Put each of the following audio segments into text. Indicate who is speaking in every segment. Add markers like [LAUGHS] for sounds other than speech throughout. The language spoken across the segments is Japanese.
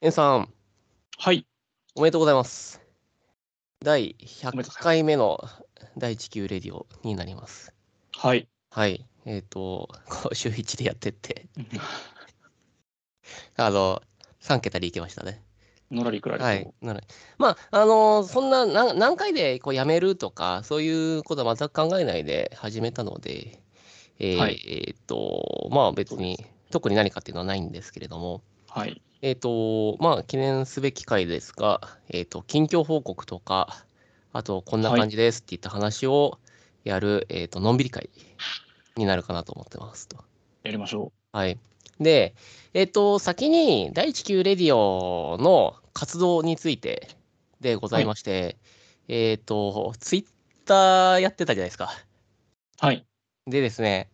Speaker 1: エンさん、
Speaker 2: はい。
Speaker 1: おめでとうございます。第
Speaker 2: お
Speaker 1: 100
Speaker 2: めでとうございます
Speaker 1: 回目の第地球レディオになります。
Speaker 2: はい。
Speaker 1: はい。えっ、と、こう週1でやってって、あの、3桁でいけましたね。
Speaker 2: のらりくらりと。
Speaker 1: はい。なので、まあ、あのそんな何何回でこうやめるとか、そういうことは全く考えないで始めたので、えー
Speaker 2: はい
Speaker 1: えーっと、まあ別
Speaker 2: そうで
Speaker 1: に、特に何かっていうのはないんですけれども、
Speaker 2: はい。
Speaker 1: えっ、と、まあ、記念すべき回ですが、えっ、と、近況報告とか、あと、こんな感じですっていった話をやる、えっ、と、のんびり会になるかなと思ってますと。
Speaker 2: やりましょ
Speaker 1: はい。で、えっ、と、先に、第1級レディオの活動についてでございまして、えっ、と、ツイッターやってたじゃないですか。
Speaker 2: う。はい。
Speaker 1: でですね、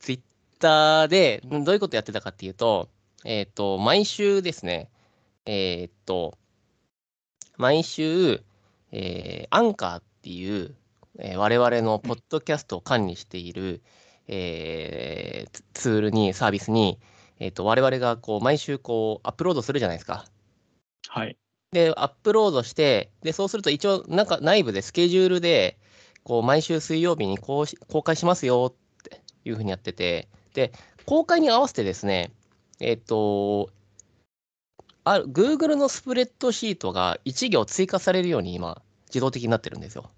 Speaker 1: ツイッターでんどういうことやってたかっていうと、えっ、と、毎週ですね、えっ、と、毎週、えーアンカーっていう、えー我々のポッドキャストを管理している、えーツツールに、サービスに、えっ、と、我々がこう、毎週こう、アップロードするじゃないですか。
Speaker 2: はい。
Speaker 1: で、アップロードして、で、そうすると一応、なんか内部でスケジュールで、こう、毎週水曜日にこうし公開しますよっていうふうにやってて、で、公開に合わせてですね、えっと、ある Google のスプレッドシートが1行追加されるように今、自動的になってるんですよ。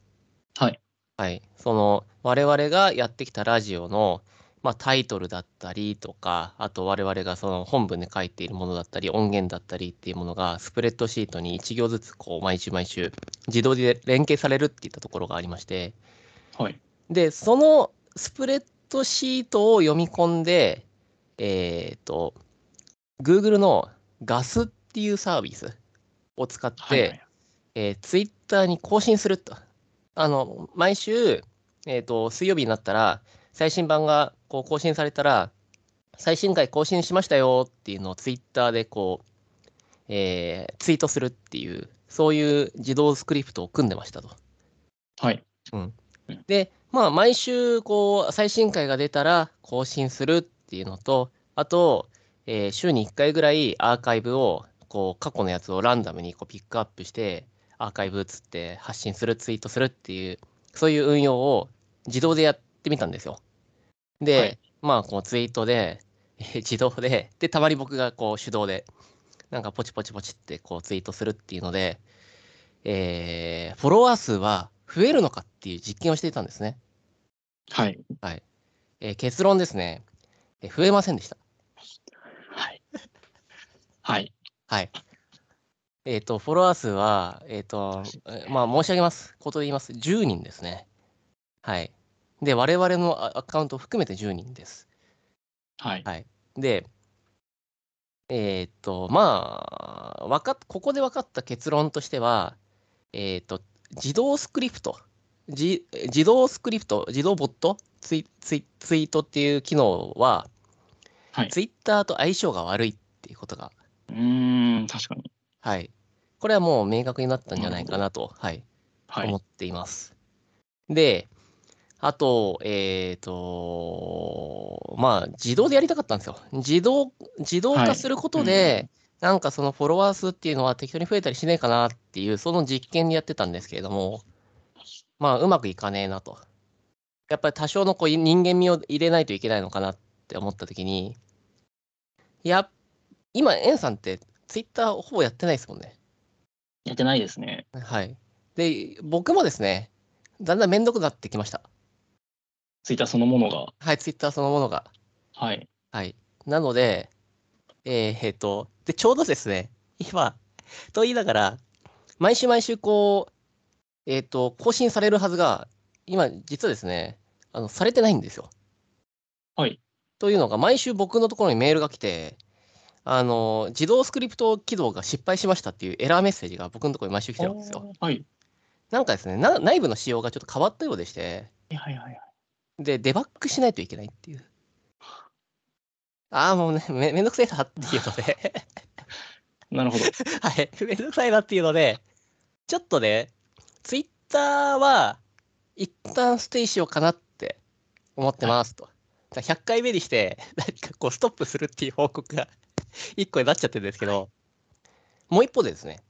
Speaker 2: はい。
Speaker 1: はい。その、我々がやってきたラジオの、まあ、タイトルだったりとか、あと我々がその本文で書いているものだったり、音源だったりっていうものが、スプレッドシートに1行ずつ、こう、毎週毎週、自動で連携されるっていったところがありまして、
Speaker 2: はい。
Speaker 1: で、そのスプレッドシートを読み込んで、えっ、と、Google のガスっていうサービスを使って、
Speaker 2: はい。
Speaker 1: えー、ツイッターに更新すると。あの、毎週、えっ、と、水曜日になったら、最新版がこう更新されたら、最新回更新しましたよっていうのをツイッターでこう、えーツイートするっていう、そういう自動スクリプトを組んでましたと。
Speaker 2: はい。
Speaker 1: で、まあ、毎週、こう、最新回が出たら更新するっていうのと、あと、えー週に1回ぐらいアーカイブを、こう、過去のやつをランダムにこうピックアップして、アーカイブっつって発信する、ツイートするっていう、そういう運用を自動でやってみたんですよ。で、
Speaker 2: はい
Speaker 1: まあ、こう、ツイートで、えー自動で、で、たまに僕がこう、手動で、なんかポチポチポチってこう、ツイートするっていうので、えーフォロワー数は増えるのかっていう実験をしていたんですね。
Speaker 2: はい。
Speaker 1: えー結論ですね、えー増えませんでした。
Speaker 2: はい。はい。
Speaker 1: はい。えっ、と、フォロワー数は、えっ、と、えーまあ、申し上げます。ことで言います。10人ですね。はい。で、我々のアアカウントを含めて10人です。
Speaker 2: はい。
Speaker 1: はい。で、えーっと、まあ、わかっここで分かった結論としては、えーっと、自動スクリプト、じ自動スクリプト、自動ボットツイツイツイートっていう機能は、
Speaker 2: はい
Speaker 1: ツイッターと相性が悪いっていうことが、
Speaker 2: うーん、確かに。
Speaker 1: はい。これはもう明確になったんじゃないかなと、はい、
Speaker 2: は
Speaker 1: 思
Speaker 2: い。
Speaker 1: っています。で、あと、えっ、と、まあ、自動でやりたかったんですよ。自動、自動化することで、なんかそのフォロワー数っていうのは適当に増えたりしねえかなっていう、その実験でやってたんですけれども、まあ、うまくいかねえなと。やっぱり多少のこう人間味を入れないといけないのかなって思ったときに、いや、今、エンさんって、ツイッターほぼやってないですもんね。
Speaker 2: やってないですね。
Speaker 1: はい。で、僕もですね、だんだん面倒くなってきました。
Speaker 2: ツイッターそのものが。
Speaker 1: はい、ツイッターそのものが。
Speaker 2: はい。
Speaker 1: はい。なので、えー、えーと、で、ちょうどですね、今、と言いながら、毎週毎週、こう、えっ、と、更新されるはずが、今、実はですね、あの、されてないんですよ。
Speaker 2: はい。
Speaker 1: というのが、毎週僕のところにメールが来て、あの、自動スクリプト起動が失敗しましたっていうエラーメッセージが僕のところに毎週来てるんですよ。
Speaker 2: はい。
Speaker 1: なんかですねな、内部の仕様がちょっと変わったようでして、
Speaker 2: はいはいはい。
Speaker 1: で、デバッグしないといけないっていう。ああ、もうねめ、めんどくせえなっていうので、 [LAUGHS]
Speaker 2: なるほど。
Speaker 1: はい、めんどくさいなっていうので、ちょっとね、ツイッターは、一旦ステイしようかなって思ってますと。だから100回目にして、なんかこう、ストップするっていう報告が一個になっちゃってるんですけど、もう一方でですね、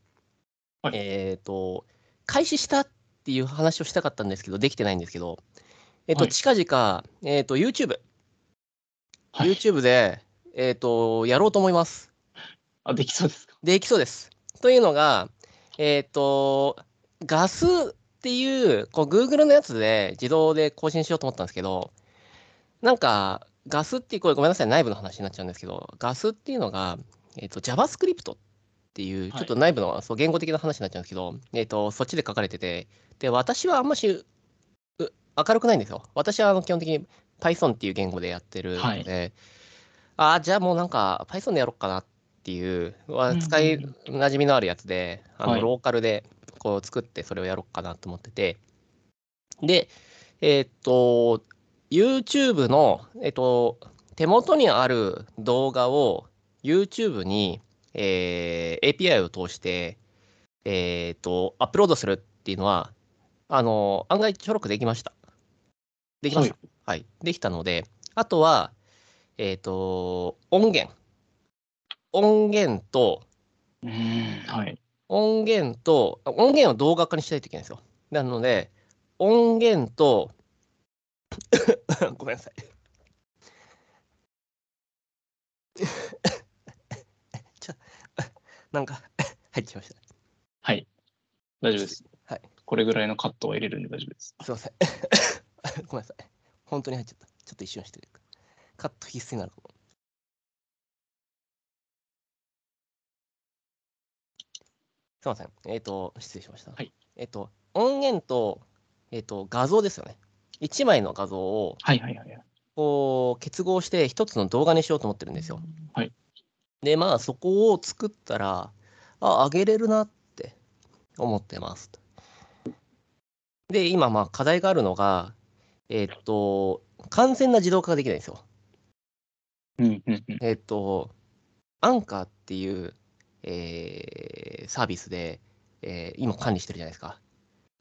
Speaker 2: はい
Speaker 1: えっ、と、開始したっていう話をしたかったんですけど、できてないんですけど、えっ、と、
Speaker 2: はい
Speaker 1: 近々、えっ、と、YouTube、
Speaker 2: はい。
Speaker 1: YouTube で、えっ、と、やろうと思います。
Speaker 2: あ、できそうですか。
Speaker 1: できそうです。というのが、えっ、と、ガスっていう、こう、Google のやつで自動で更新しようと思ったんですけど、なんか、ガスっていう、これごめんなさい、内部の話になっちゃうんですけど、ガスっていうのが、えっ、と、JavaScript っていう、
Speaker 2: はい
Speaker 1: ちょっと内部の、そう言語的な話になっちゃうんですけど、えっ、と、そっちで書かれてて、で、私はあんまし、う明るくないんですよ。私はあの基本的に Python っていう言語でやってるので、
Speaker 2: はい
Speaker 1: ああ、じゃあもうなんか Python でやろうかなっていう、は
Speaker 2: うん
Speaker 1: 使い馴染みのあるやつで、あ
Speaker 2: は
Speaker 1: の
Speaker 2: い
Speaker 1: ローカルでこう作ってそれをやろうかなと思ってて、で、えーっと、YouTube の、えっと、手元にある動画を YouTube に、えー API を通して、えーっと、アップロードするっていうのは、あの、案外ちょろくできました。できました。はい、できたので、あとは、えっ、と、音源。音源と、
Speaker 2: うーん。はい。
Speaker 1: 音源と、あ音源を動画化にしないといけないんですよ。なので、音源と、 [LAUGHS] ごめんなさい。ちょなんか、入っちゃいました。
Speaker 2: はい。大丈夫です。
Speaker 1: はい。
Speaker 2: これぐらいのカットは入れるんで大丈夫です。
Speaker 1: すいません。 [LAUGHS] ごめんなさい。本当に入っちゃった。ちょっと一瞬してる。カット必須になるかも。すいません。えっ、と、失礼しました。
Speaker 2: はい
Speaker 1: えっ、と、音源と、えっ、と、画像ですよね。1枚の画像を、
Speaker 2: はいはいはいはい。
Speaker 1: こう、結合して一つの動画にしようと思ってるんですよ。
Speaker 2: はい。
Speaker 1: で、まあ、そこを作ったら、あ、上げれるなって思ってます。で、今、まあ、課題があるのが、えっと、完全な自動化ができないんですよ。
Speaker 2: うんうんうん。
Speaker 1: えっと、アンカーっていう、えーサービスで、えー今管理してるじゃないですか。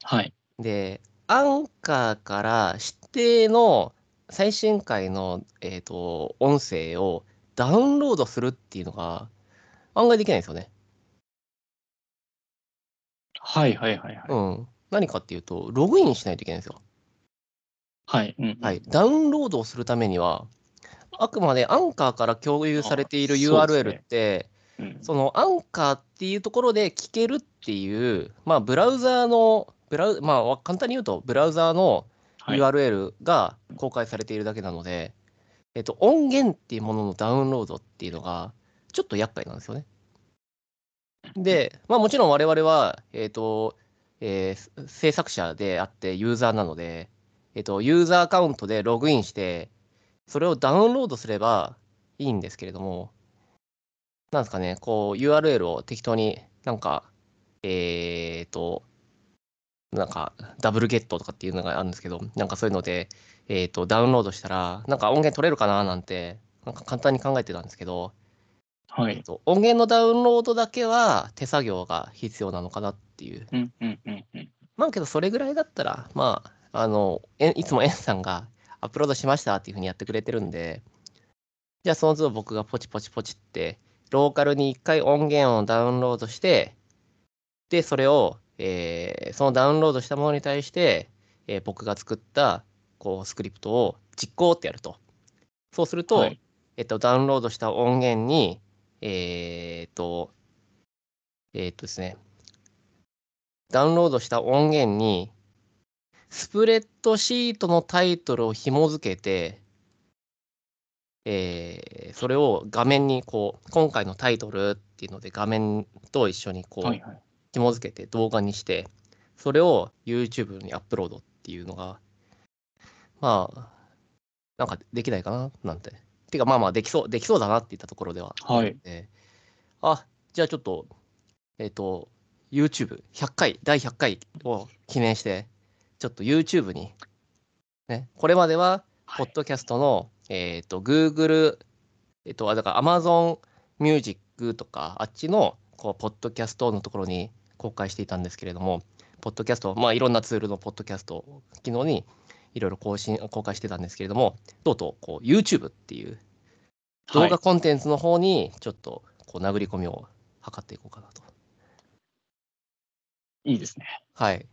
Speaker 2: はい。
Speaker 1: で、アンカーから指定の最新回の、えっと音声をダウンロードするっていうのが案外できないんですよね。
Speaker 2: はいはいはいはい。
Speaker 1: うん。何かっていうと、ログインしないといけないんですよ。
Speaker 2: はい。うん。
Speaker 1: はい。ダウンロードをするためには、あくまでアンカーから共有されている
Speaker 2: あそうですね
Speaker 1: URL って、
Speaker 2: うん。
Speaker 1: そのアンカーっていうところで聞けるっていう、まあ、ブラウザーの、ブラウまあ、わ簡単に言うと、ブラウザーの
Speaker 2: はい。
Speaker 1: URL が公開されているだけなので、えっと、音源っていうもののダウンロードっていうのが、ちょっと厄介なんですよね。で、まあ、もちろん我々は、えっと、えー制作者であってユーザーなので、えっと、ユーザーアカウントでログインして、それをダウンロードすればいいんですけれども、なんですかね、こう URL を適当になんか、えっと、なんかダブルゲットとかっていうのがあるんですけど、なんかそういうので、えっ、と、ダウンロードしたら、なんか音源取れるかななんて、なんか簡単に考えてたんですけど、
Speaker 2: は
Speaker 1: えっ
Speaker 2: い。
Speaker 1: と音源のダウンロードだけは手作業が必要なのかなっていう。
Speaker 2: うんうんうんうん。
Speaker 1: まあけど、それぐらいだったら、まあ、あの、えいつもエンさんがアップロードしましたっていうふうにやってくれてるんで、じゃあその都度僕がポチポチポチって、ローカルに一回音源をダウンロードして、で、それを、えーそのダウンロードしたものに対して、えー僕が作った、こう、スクリプトを実行ってやると。そうすると、
Speaker 2: はい
Speaker 1: えっと、ダウンロードした音源に、えーっと、えーっとですね、ダウンロードした音源に、スプレッドシートのタイトルを紐付けて、えーそれを画面にこう、今回のタイトルっていうので画面と一緒にこう、
Speaker 2: はいはい。
Speaker 1: 紐付けて動画にして、それを YouTube にアップロードっていうのが、まあ、なんかできないかななんて。てか、まあまあ、できそう、できそうだなって言ったところでは。
Speaker 2: はい。
Speaker 1: えーあ、じゃあちょっと、えっ、と、YouTube、100回、第100回を記念して、ちょっと YouTube に、ね、これまでは、
Speaker 2: は
Speaker 1: ポ
Speaker 2: い
Speaker 1: ッドキャストの、えっ、と、Google、えっ、と、あだから Amazon Music とか、あっちの、こう、ポッドキャストのところに公開していたんですけれども、ポッドキャスト、まあ、いろんなツールのポッドキャスト、機能にいろいろ更新、公開してたんですけれども、とうとう、こう、YouTube っていう、動
Speaker 2: はい
Speaker 1: 画。コンテンツの方に、ちょっと、こう、殴り込みを図っていこうかなと。
Speaker 2: いいですね。
Speaker 1: はい。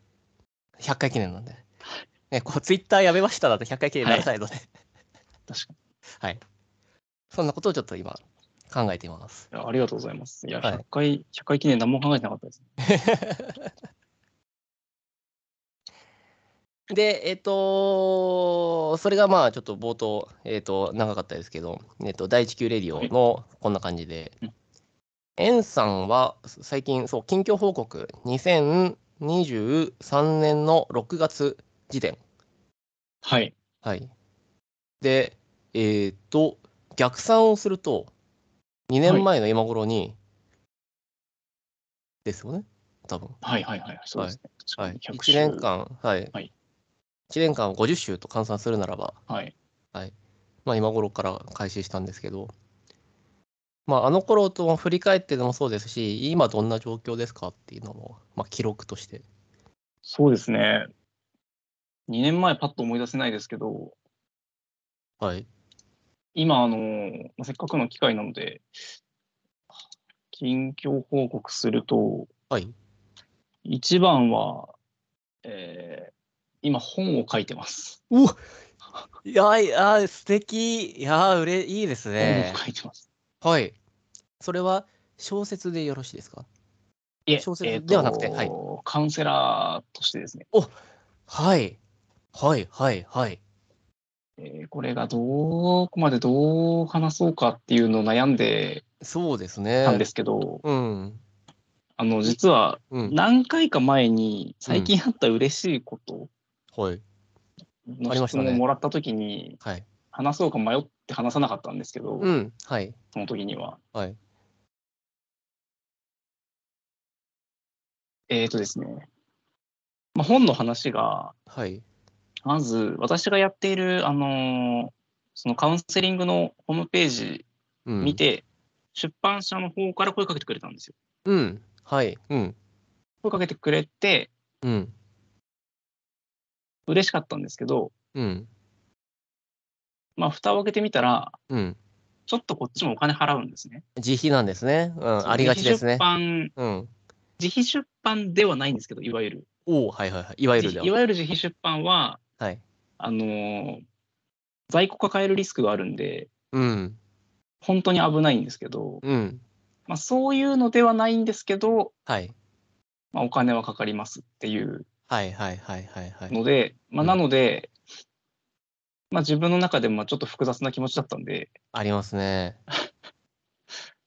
Speaker 1: 100回記念なんで。ね、こう、ツイッターやめましただと100回記念にならないので、
Speaker 2: 確か
Speaker 1: そんなことをちょっと今、考えています。
Speaker 2: にいや。ありがとうございます。いや、
Speaker 1: はい
Speaker 2: 100回、100回記念何も考えてなかったです。
Speaker 1: で、えっ、とそれがまあ、ちょっと冒頭、えっ、と、長かったですけど、えっ、と、第一級レディオのこんな感じで
Speaker 2: うん、
Speaker 1: エンさんは最近、そう、近況報告、2023年の6月時点。
Speaker 2: はい。
Speaker 1: はい。で、えーっと、逆算をすると、2年前の今頃に、ですよね、多分。
Speaker 2: はいはいはい。そうですね。
Speaker 1: はい、
Speaker 2: 確か
Speaker 1: 1
Speaker 2: に
Speaker 1: 年。間、はい。
Speaker 2: はい
Speaker 1: 1年間を50週と換算するならば、
Speaker 2: 100はい。
Speaker 1: まあ、今頃から開始したんですけど、まあ、あの頃と振り返ってでもそうですし、今どんな状況ですかっていうのも、まあ、記録として。
Speaker 2: そうですね。2年前パッと思い出せないですけど、
Speaker 1: はい。
Speaker 2: 今、あのまあせっかくの機会なので、近況報告すると、
Speaker 1: はい。
Speaker 2: 一番は、えー今、本を書いてます。
Speaker 1: いや、いや、素敵。いや、うれ、いいですね
Speaker 2: 本。を書いてます。
Speaker 1: はい。それは小説でよろしいですか
Speaker 2: いえ、
Speaker 1: 小説
Speaker 2: えーと
Speaker 1: ではなくてはい
Speaker 2: カウンセラーとしてですね、
Speaker 1: はい。はい、はい、はい。
Speaker 2: えーこれがどこまでどう話そうかっていうのを悩んで
Speaker 1: そうですね。
Speaker 2: たんですけど、
Speaker 1: うん。
Speaker 2: あの実は
Speaker 1: うん。
Speaker 2: 何回か前に最近あった嬉しいこと
Speaker 1: はい。あり
Speaker 2: の
Speaker 1: まし
Speaker 2: 質
Speaker 1: たね
Speaker 2: 問をもらった時に
Speaker 1: はい。
Speaker 2: 話そうか迷って話さなかったんですけど、
Speaker 1: うん。はい。
Speaker 2: その時には。
Speaker 1: はい。
Speaker 2: えー、とですね、まあ、本の話が、
Speaker 1: はい。
Speaker 2: まず私がやっている、あのーそのカウンセリングのホームページ
Speaker 1: うん。
Speaker 2: 見。て、出版社の方から声かけてくれたんですよ。
Speaker 1: うん。はい。うん。
Speaker 2: 声かけてくれて、
Speaker 1: うん。
Speaker 2: 嬉しかったんですけど、
Speaker 1: うん。
Speaker 2: まあ、蓋を開けてみたら、
Speaker 1: うん。
Speaker 2: ちょっとこっちもお金払うんですね。
Speaker 1: 自費なんですね。うん。ありがちですね
Speaker 2: 自費出。版、
Speaker 1: うん。
Speaker 2: 自費出版ではないんですけど、いわゆる。
Speaker 1: おおはいはいはい。いわゆるで
Speaker 2: い
Speaker 1: は。
Speaker 2: わゆる自費出版は、
Speaker 1: はい。
Speaker 2: あのー在庫抱えるリスクがあるんで、
Speaker 1: うん。
Speaker 2: 本当に危ないんですけど、
Speaker 1: うん。
Speaker 2: まあ、そういうのではないんですけど、
Speaker 1: はい。
Speaker 2: まあ、お金はかかりますっていう
Speaker 1: はいはいはいはいはい。
Speaker 2: ので、ま
Speaker 1: う
Speaker 2: あ、
Speaker 1: ん
Speaker 2: なので、まあ、自分の中でもまあちょっと複雑な気持ちだったんで、
Speaker 1: ありますね。
Speaker 2: ま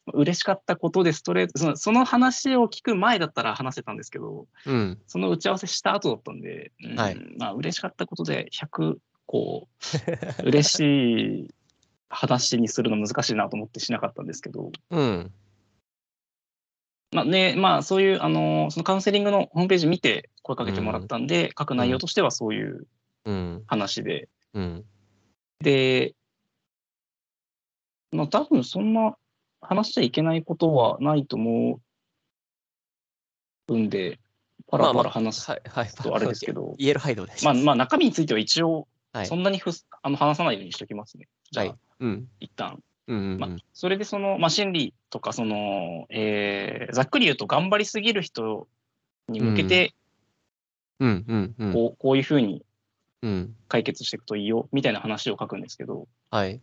Speaker 2: あ嬉しかったことでストレートその、その話を聞く前だったら話せたんですけど、
Speaker 1: うん。
Speaker 2: その打ち合わせした後だったんで、うん
Speaker 1: はい
Speaker 2: まあ嬉しかったことで100個、
Speaker 1: [LAUGHS]
Speaker 2: 嬉しい話にするの難しいなと思ってしなかったんですけど、
Speaker 1: うん。
Speaker 2: まあねまあ、そういうあのそのカウンセリングのホームページ見て声かけてもらったんで、書く内容としてはそういう
Speaker 1: うん。
Speaker 2: 話で、
Speaker 1: うん。
Speaker 2: で、まあ、多分そんな話しちゃいけないことはないと思うんで、パラパラ話す
Speaker 1: はいはい。
Speaker 2: とあれですけど、
Speaker 1: 言える範囲でお願いし
Speaker 2: まあ
Speaker 1: ます
Speaker 2: まあ、中身については一応、
Speaker 1: はい
Speaker 2: そんなにふす、あの話さないようにしておきますね。じゃあ、
Speaker 1: はいうん。
Speaker 2: 一旦。
Speaker 1: うんうんう
Speaker 2: まあ
Speaker 1: ん。
Speaker 2: それでその、まあ、心理とかその、えーざっくり言うと頑張りすぎる人に向けて
Speaker 1: うんうんうん。
Speaker 2: こう,、こういうふうに
Speaker 1: うん。
Speaker 2: 解決していくといいよみたいな話を書くんですけど、
Speaker 1: はい。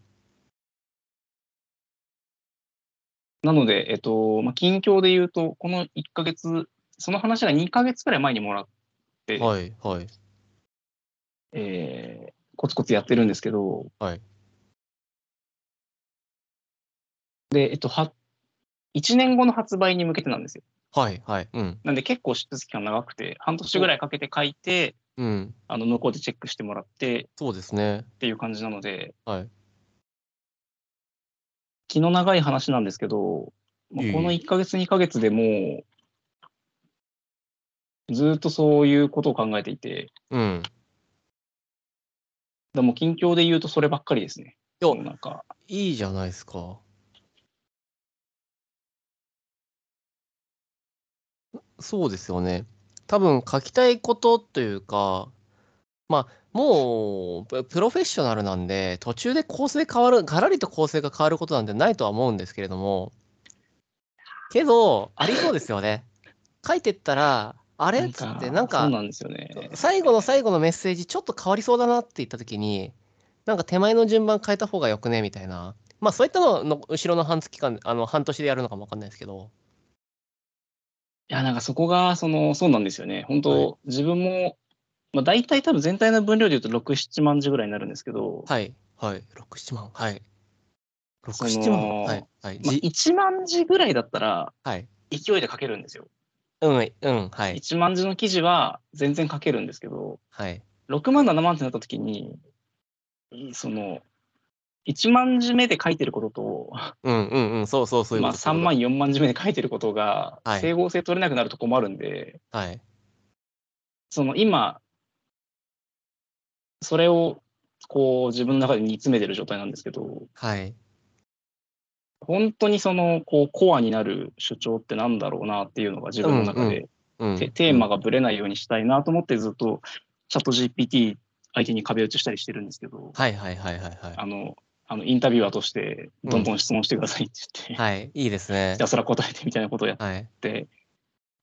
Speaker 2: なので、えっと、まあ、近況で言うと、この1ヶ月、その話が2ヶ月くらい前にもらっえ
Speaker 1: はい。はい。
Speaker 2: えーコツコツやってるんですけど、
Speaker 1: はい
Speaker 2: で、えっと、は1年後の発売に向けてなんですよ。
Speaker 1: はい。はい。うん。
Speaker 2: なんで結構執筆期間長くて、半年ぐらいかけて書いて、
Speaker 1: うん。
Speaker 2: あの、向こうでチェックしてもらって
Speaker 1: そうですね。
Speaker 2: っていう感じなので、
Speaker 1: はい
Speaker 2: 気の長い話なんですけど、まあ
Speaker 1: いえいえ
Speaker 2: この1ヶ月、2ヶ月でもう、ずーっとそういうことを考えていて、
Speaker 1: うん。
Speaker 2: でも近況で言うとそればっかりですね。
Speaker 1: いや
Speaker 2: もうなんか、
Speaker 1: いいじゃないですか。そうですよね。多分書きたいことというか、もうププロフェッショナルなんで途中で構成変わるガラリと構成が変わることなんてないとは思うんですけれどもけどありそうですよね書いてったらあれっつってなん
Speaker 2: そ
Speaker 1: か
Speaker 2: うなんですよね。
Speaker 1: 最後の最後のメッセージちょっと変わりそうだなって言った時になんか手前の順番変えた方がよくねみたいなまあそういったのの後ろの半月間あの半年でやるのかもわかんないですけど
Speaker 2: いや、なんかそこが、その、そうなんですよね。本当、
Speaker 1: はい
Speaker 2: 自分も、まあ、大体多分全体の分量で言うと6、7万字ぐらいになるんですけど、
Speaker 1: はいはい67万はい
Speaker 2: その
Speaker 1: 67万はいはい
Speaker 2: まあ、
Speaker 1: じ
Speaker 2: 1万字ぐらいだったら、
Speaker 1: はい
Speaker 2: 勢いで書けるんですよ。
Speaker 1: うんうんはい
Speaker 2: 1万字の記事は全然書けるんですけど、
Speaker 1: はい
Speaker 2: 6万、7万ってなった時に、その、1万字目で書いてることと、
Speaker 1: うんうんうんそうそうそういう
Speaker 2: ま
Speaker 1: こ
Speaker 2: あ、
Speaker 1: と
Speaker 2: 3万、4万字目で書いてることが
Speaker 1: はい、
Speaker 2: 整合性取れなくなると困るんで、
Speaker 1: はい
Speaker 2: その今、それを、こう、自分の中で煮詰めてる状態なんですけど、
Speaker 1: はい
Speaker 2: 本当にその、こう、コアになる主張ってなんだろうなっていうのが自分の中で、
Speaker 1: うん
Speaker 2: てテーマがぶれないようにしたいなと思ってずっと、チャット GPT 相手に壁打ちしたりしてるんですけど、
Speaker 1: はいはいはいはいは
Speaker 2: あの、あのインタビュアーとして、どんどん質問してくださいって言
Speaker 1: い
Speaker 2: って、
Speaker 1: はいいいですね
Speaker 2: ひたすら答えてみたいなことをやっ
Speaker 1: はい
Speaker 2: て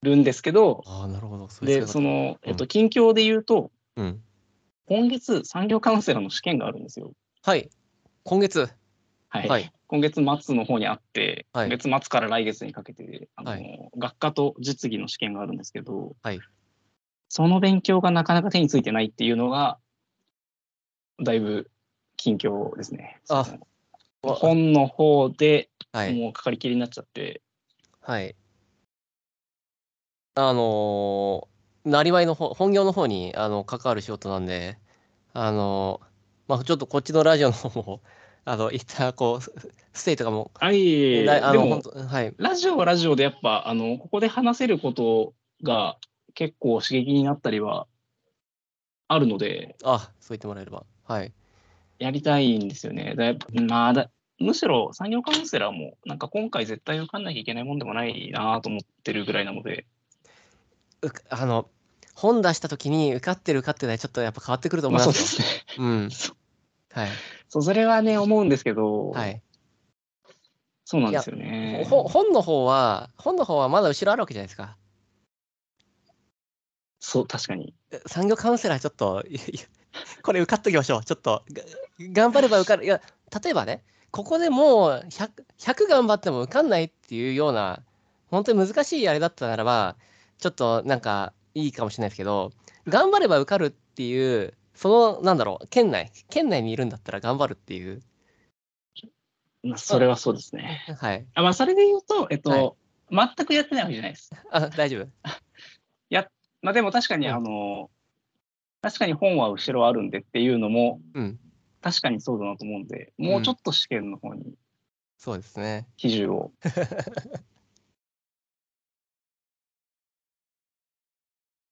Speaker 2: るんですけど、
Speaker 1: ああなるほどそういう
Speaker 2: で、
Speaker 1: 使
Speaker 2: そ
Speaker 1: い方
Speaker 2: の、えっ
Speaker 1: う
Speaker 2: と、近況で言うと、
Speaker 1: うん
Speaker 2: 今月、産業カウンセラーの試験があるんですよ。
Speaker 1: はい今月
Speaker 2: はい。
Speaker 1: はい
Speaker 2: 今月末の方にあって、
Speaker 1: はい
Speaker 2: 今月末から来月にかけて、あの
Speaker 1: は
Speaker 2: 学科と実技の試験があるんですけど、
Speaker 1: はい
Speaker 2: その勉強がなかなか手についてないっていうのが、だいぶ近況ですね。
Speaker 1: あ
Speaker 2: その本の方で
Speaker 1: はい
Speaker 2: もうかかりきりになっちゃって、
Speaker 1: はいあのーなりわいの方本業の方にあの関わる仕事なんであのーまあちょっとこっちのラジオの方も [LAUGHS] あの一旦こうスステイとかも
Speaker 2: あいえいえ
Speaker 1: だいあ
Speaker 2: で
Speaker 1: の
Speaker 2: も
Speaker 1: 本当はい
Speaker 2: ラジオはラジオでやっぱあのここで話せることが結構刺激になったりはあるので
Speaker 1: あそう言ってもらえればはい
Speaker 2: やりたいんですよね。だやっぱまあ、だむしろ産業カウンセラーもなんか今回絶対受かんなきゃいけないもんでもないなと思ってるぐらいなので、
Speaker 1: うかあの本出した時に受かってる受かってないちょっとやっぱ変わってくると思
Speaker 2: ま
Speaker 1: い
Speaker 2: あ、
Speaker 1: ます
Speaker 2: そう
Speaker 1: よ
Speaker 2: ですね。
Speaker 1: うん
Speaker 2: そ
Speaker 1: はい
Speaker 2: [LAUGHS] そうそれはね思うんですけど、
Speaker 1: はい
Speaker 2: そうなんですよね。
Speaker 1: ほ本の方は本の方はまだ後ろあるわけじゃないですか
Speaker 2: そう確かに。
Speaker 1: え産業カウンセラーちょっといいこれ受かっときましょうちょっとが頑張れば受かるいや例えばねここでもう 100, 100頑張っても受かんないっていうような本当に難しいあれだったならばちょっとなんかいいかもしれないですけど頑張れば受かるっていうそのなんだろう県内県内にいるんだったら頑張るっていう
Speaker 2: まあ、それはそうですね。
Speaker 1: はい
Speaker 2: あまあそれで言うと、えっと、全くやってないわけじゃないです。
Speaker 1: あ大丈夫
Speaker 2: まあでも確かに
Speaker 1: うん
Speaker 2: あの、確かに本は後ろあるんでっていうのも、
Speaker 1: うん
Speaker 2: 確かにそうだなと思うんで、もうちょっと試験の方に
Speaker 1: そうですね
Speaker 2: 比重
Speaker 1: [LAUGHS]
Speaker 2: を。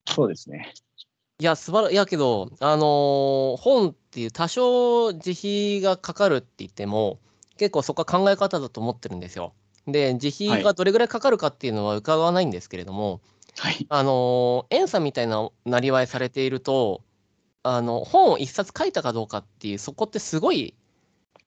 Speaker 2: そうですね。
Speaker 1: いや、素晴らいやけど、あのー本っていう多少自費がかかるって言っても、結構そこは考え方だと思ってるんですよ。で、自費がどれぐらいかかるかっていうのは伺わないんですけれども、
Speaker 2: はい。
Speaker 1: あのー、エンさんみたいななりわいされていると、あの、本を一冊書いたかどうかっていう、そこってすごい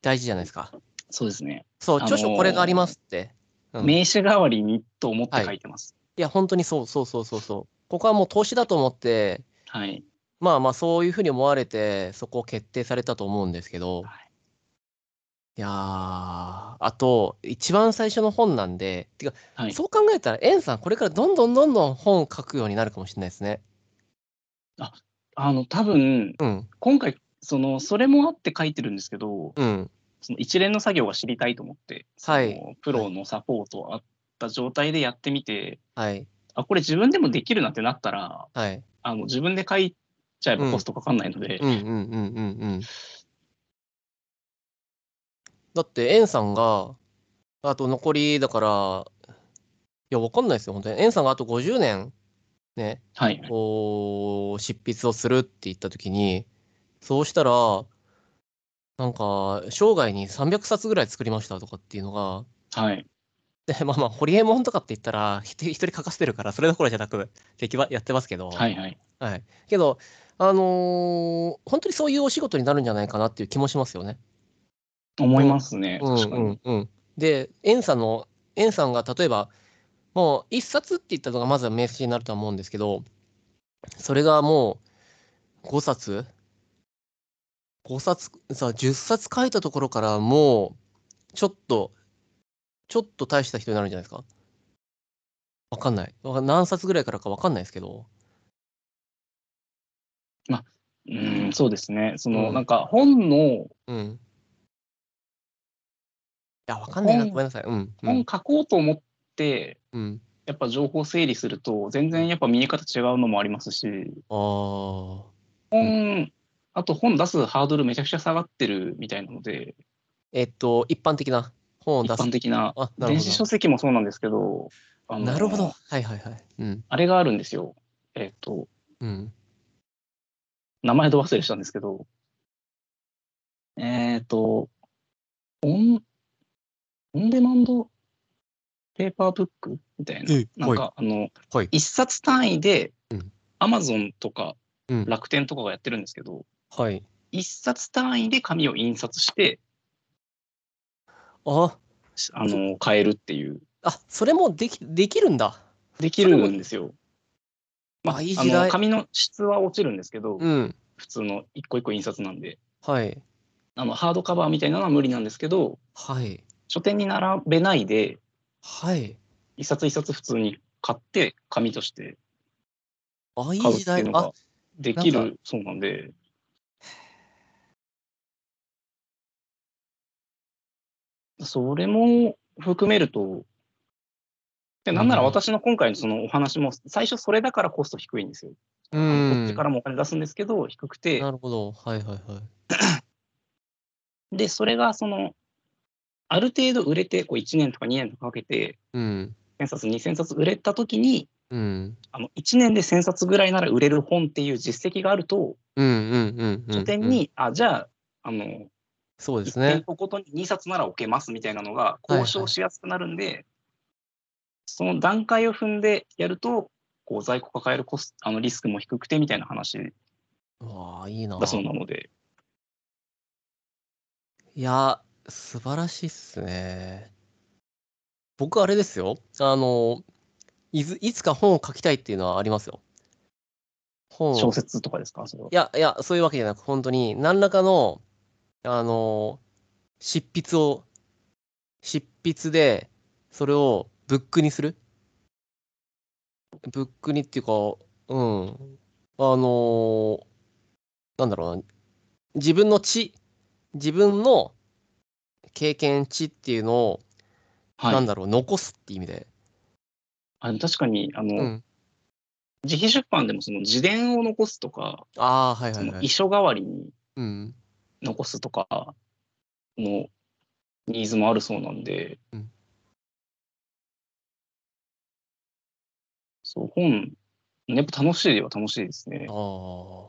Speaker 1: 大事じゃないですか。
Speaker 2: そうですね。
Speaker 1: そう、
Speaker 2: あのー
Speaker 1: 著書これがありますって。うん
Speaker 2: 名刺代わりにと思って書いてます。
Speaker 1: いや、本当にそうそうそうそうそう。ここはもう投資だと思って、
Speaker 2: はい。
Speaker 1: まあまあそういうふうに思われてそこを決定されたと思うんですけど、
Speaker 2: はい
Speaker 1: い、やーあと一番最初の本なんでてか、
Speaker 2: はい
Speaker 1: そう考えたらエンさんこれからどんどんどんどん本を書くようになるかもしれないですね。
Speaker 2: あの、多分、
Speaker 1: うん
Speaker 2: 今回、その、それもあって書いてるんですけど、
Speaker 1: うん
Speaker 2: その一連の作業が知りたいと思って、
Speaker 1: はい
Speaker 2: そのプロのサポートあった状態でやってみて、
Speaker 1: はい
Speaker 2: あ、これ自分でもできるなってなったら、
Speaker 1: はい
Speaker 2: あの自分で書いちゃえばコストかかんないので、
Speaker 1: うんうんうんうんうん。だってエンさんがあと残りだからいやわかんないですよ本当にエンさんがあと50年ね
Speaker 2: はい。
Speaker 1: こう執筆をするって言った時にそうしたらなんか生涯に300冊ぐらい作りましたとかっていうのが
Speaker 2: はい。
Speaker 1: って、まあまあ、ホリエモンとかって言ったら、ひ一人書かせてるから、それどころじゃなく、できばやってますけど、
Speaker 2: はいはい。
Speaker 1: はい。けど、あのー本当にそういうお仕事になるんじゃないかなっていう気もしますよね。
Speaker 2: 思いますね。
Speaker 1: うん
Speaker 2: 確かに。
Speaker 1: うんうん、で、エンさんの、エンさんが例えば、もう一冊って言ったのがまずは名刺になるとは思うんですけど、それがもう5冊 ?5 冊、さ、10冊書いたところからもう、ちょっと、ちょっと大した人になるんじゃないですかわかんない。わか何冊ぐらいからかわかんないですけど。
Speaker 2: うん、そうですね。その、
Speaker 1: うん
Speaker 2: なんか本の、
Speaker 1: うん。いや、わかんないな。
Speaker 2: 本
Speaker 1: ごめんなさい。うん。う
Speaker 2: 本
Speaker 1: ん。
Speaker 2: 書こうと思って、
Speaker 1: うん、
Speaker 2: やっぱ情報整理すると、全然やっぱ見え方違うのもありますし、
Speaker 1: ああ。
Speaker 2: 本、あと本出すハードルめちゃくちゃ下がってるみたいなので、
Speaker 1: えっと、一般的な本を
Speaker 2: 一
Speaker 1: 出す
Speaker 2: 般。的な、
Speaker 1: あ、なる
Speaker 2: 電
Speaker 1: ほ
Speaker 2: 子書籍もそうなんですけど、あ
Speaker 1: ど。
Speaker 2: の
Speaker 1: なるほど。。はいはいはい。うん。
Speaker 2: あれがあるんですよ。えっ、と、
Speaker 1: うん。
Speaker 2: 名前ど忘れしたんですけど、えっ、と、オン、オンデマンドペーパーブックみたいな。なんか、あの、
Speaker 1: はい
Speaker 2: 一冊単位で
Speaker 1: うん、
Speaker 2: アマゾンとか
Speaker 1: うん
Speaker 2: 楽天とかがやってるんですけど、
Speaker 1: はい。
Speaker 2: 一冊単位で紙を印刷して、
Speaker 1: あ、
Speaker 2: あの、買えるっていう。
Speaker 1: あ、それもでき、できるんだ。
Speaker 2: できるんですよ。
Speaker 1: まあ、いい
Speaker 2: あ
Speaker 1: 時
Speaker 2: の、
Speaker 1: 代。
Speaker 2: 紙の質は落ちるんですけど、
Speaker 1: うん。
Speaker 2: 普通の一個一個印刷なんで、
Speaker 1: はい。
Speaker 2: あの、ハードカバーみたいなのは無理なんですけど、
Speaker 1: はい。
Speaker 2: 書店に並べないで、
Speaker 1: はい。
Speaker 2: 一冊一冊普通に買って紙として
Speaker 1: あ、いいう時
Speaker 2: 買っていう
Speaker 1: 代
Speaker 2: の。
Speaker 1: あ
Speaker 2: が、でき
Speaker 1: なん
Speaker 2: るそうなんでそれも含めるとでなんなら
Speaker 1: うん
Speaker 2: 私の今回のそのお話も最初それだからコスト低いんですよ、
Speaker 1: う
Speaker 2: あのこ
Speaker 1: ん
Speaker 2: っち。からもお金出すんですけど低くて
Speaker 1: なるほど。はいはいはい。
Speaker 2: でそれがそのある程度売れてこう1年とか2年とかかけて
Speaker 1: うん。
Speaker 2: 1000冊2000冊売れた時に
Speaker 1: うん。
Speaker 2: あの1年で1000冊ぐらいなら売れる本っていう実績があると
Speaker 1: うんうんうんうん。
Speaker 2: 書店
Speaker 1: うん。
Speaker 2: に、あじゃああの
Speaker 1: そうです
Speaker 2: 1店
Speaker 1: ね。
Speaker 2: 舗ごとに2冊なら置けますみたいなのが
Speaker 1: いはい
Speaker 2: 交渉しやすくなるんで、その段階を踏んでやるとこう在庫抱えるコスあのリスクも低くてみたいな話
Speaker 1: うわあ、いいな。
Speaker 2: だそうなので
Speaker 1: いや、素晴らしいっすね。僕、あれですよ。あの、いず、いつか本を書きたいっていうのはありますよ。本を、
Speaker 2: 小
Speaker 1: い
Speaker 2: 説とかですかそれは。
Speaker 1: や、いや、そういうわけじゃなく、本当に、何らかの、あの、執筆を、執筆で、それをブックにするブックにっていうか、うん。あのーなんだろうな。自分の知、自分の経験値っていうのを、
Speaker 2: は
Speaker 1: なん
Speaker 2: い、
Speaker 1: だろう、残すって意味で。
Speaker 2: あの確かにあの、
Speaker 1: うん。
Speaker 2: 自費出版でもその自伝を残すとか、
Speaker 1: ああ、はいは
Speaker 2: そ
Speaker 1: い
Speaker 2: の
Speaker 1: はい
Speaker 2: 遺。書代わりに
Speaker 1: うん。
Speaker 2: 残すとかのニーズもあるそうなんで、
Speaker 1: うん
Speaker 2: そう本やっぱ楽しいは楽しいですね
Speaker 1: ああ。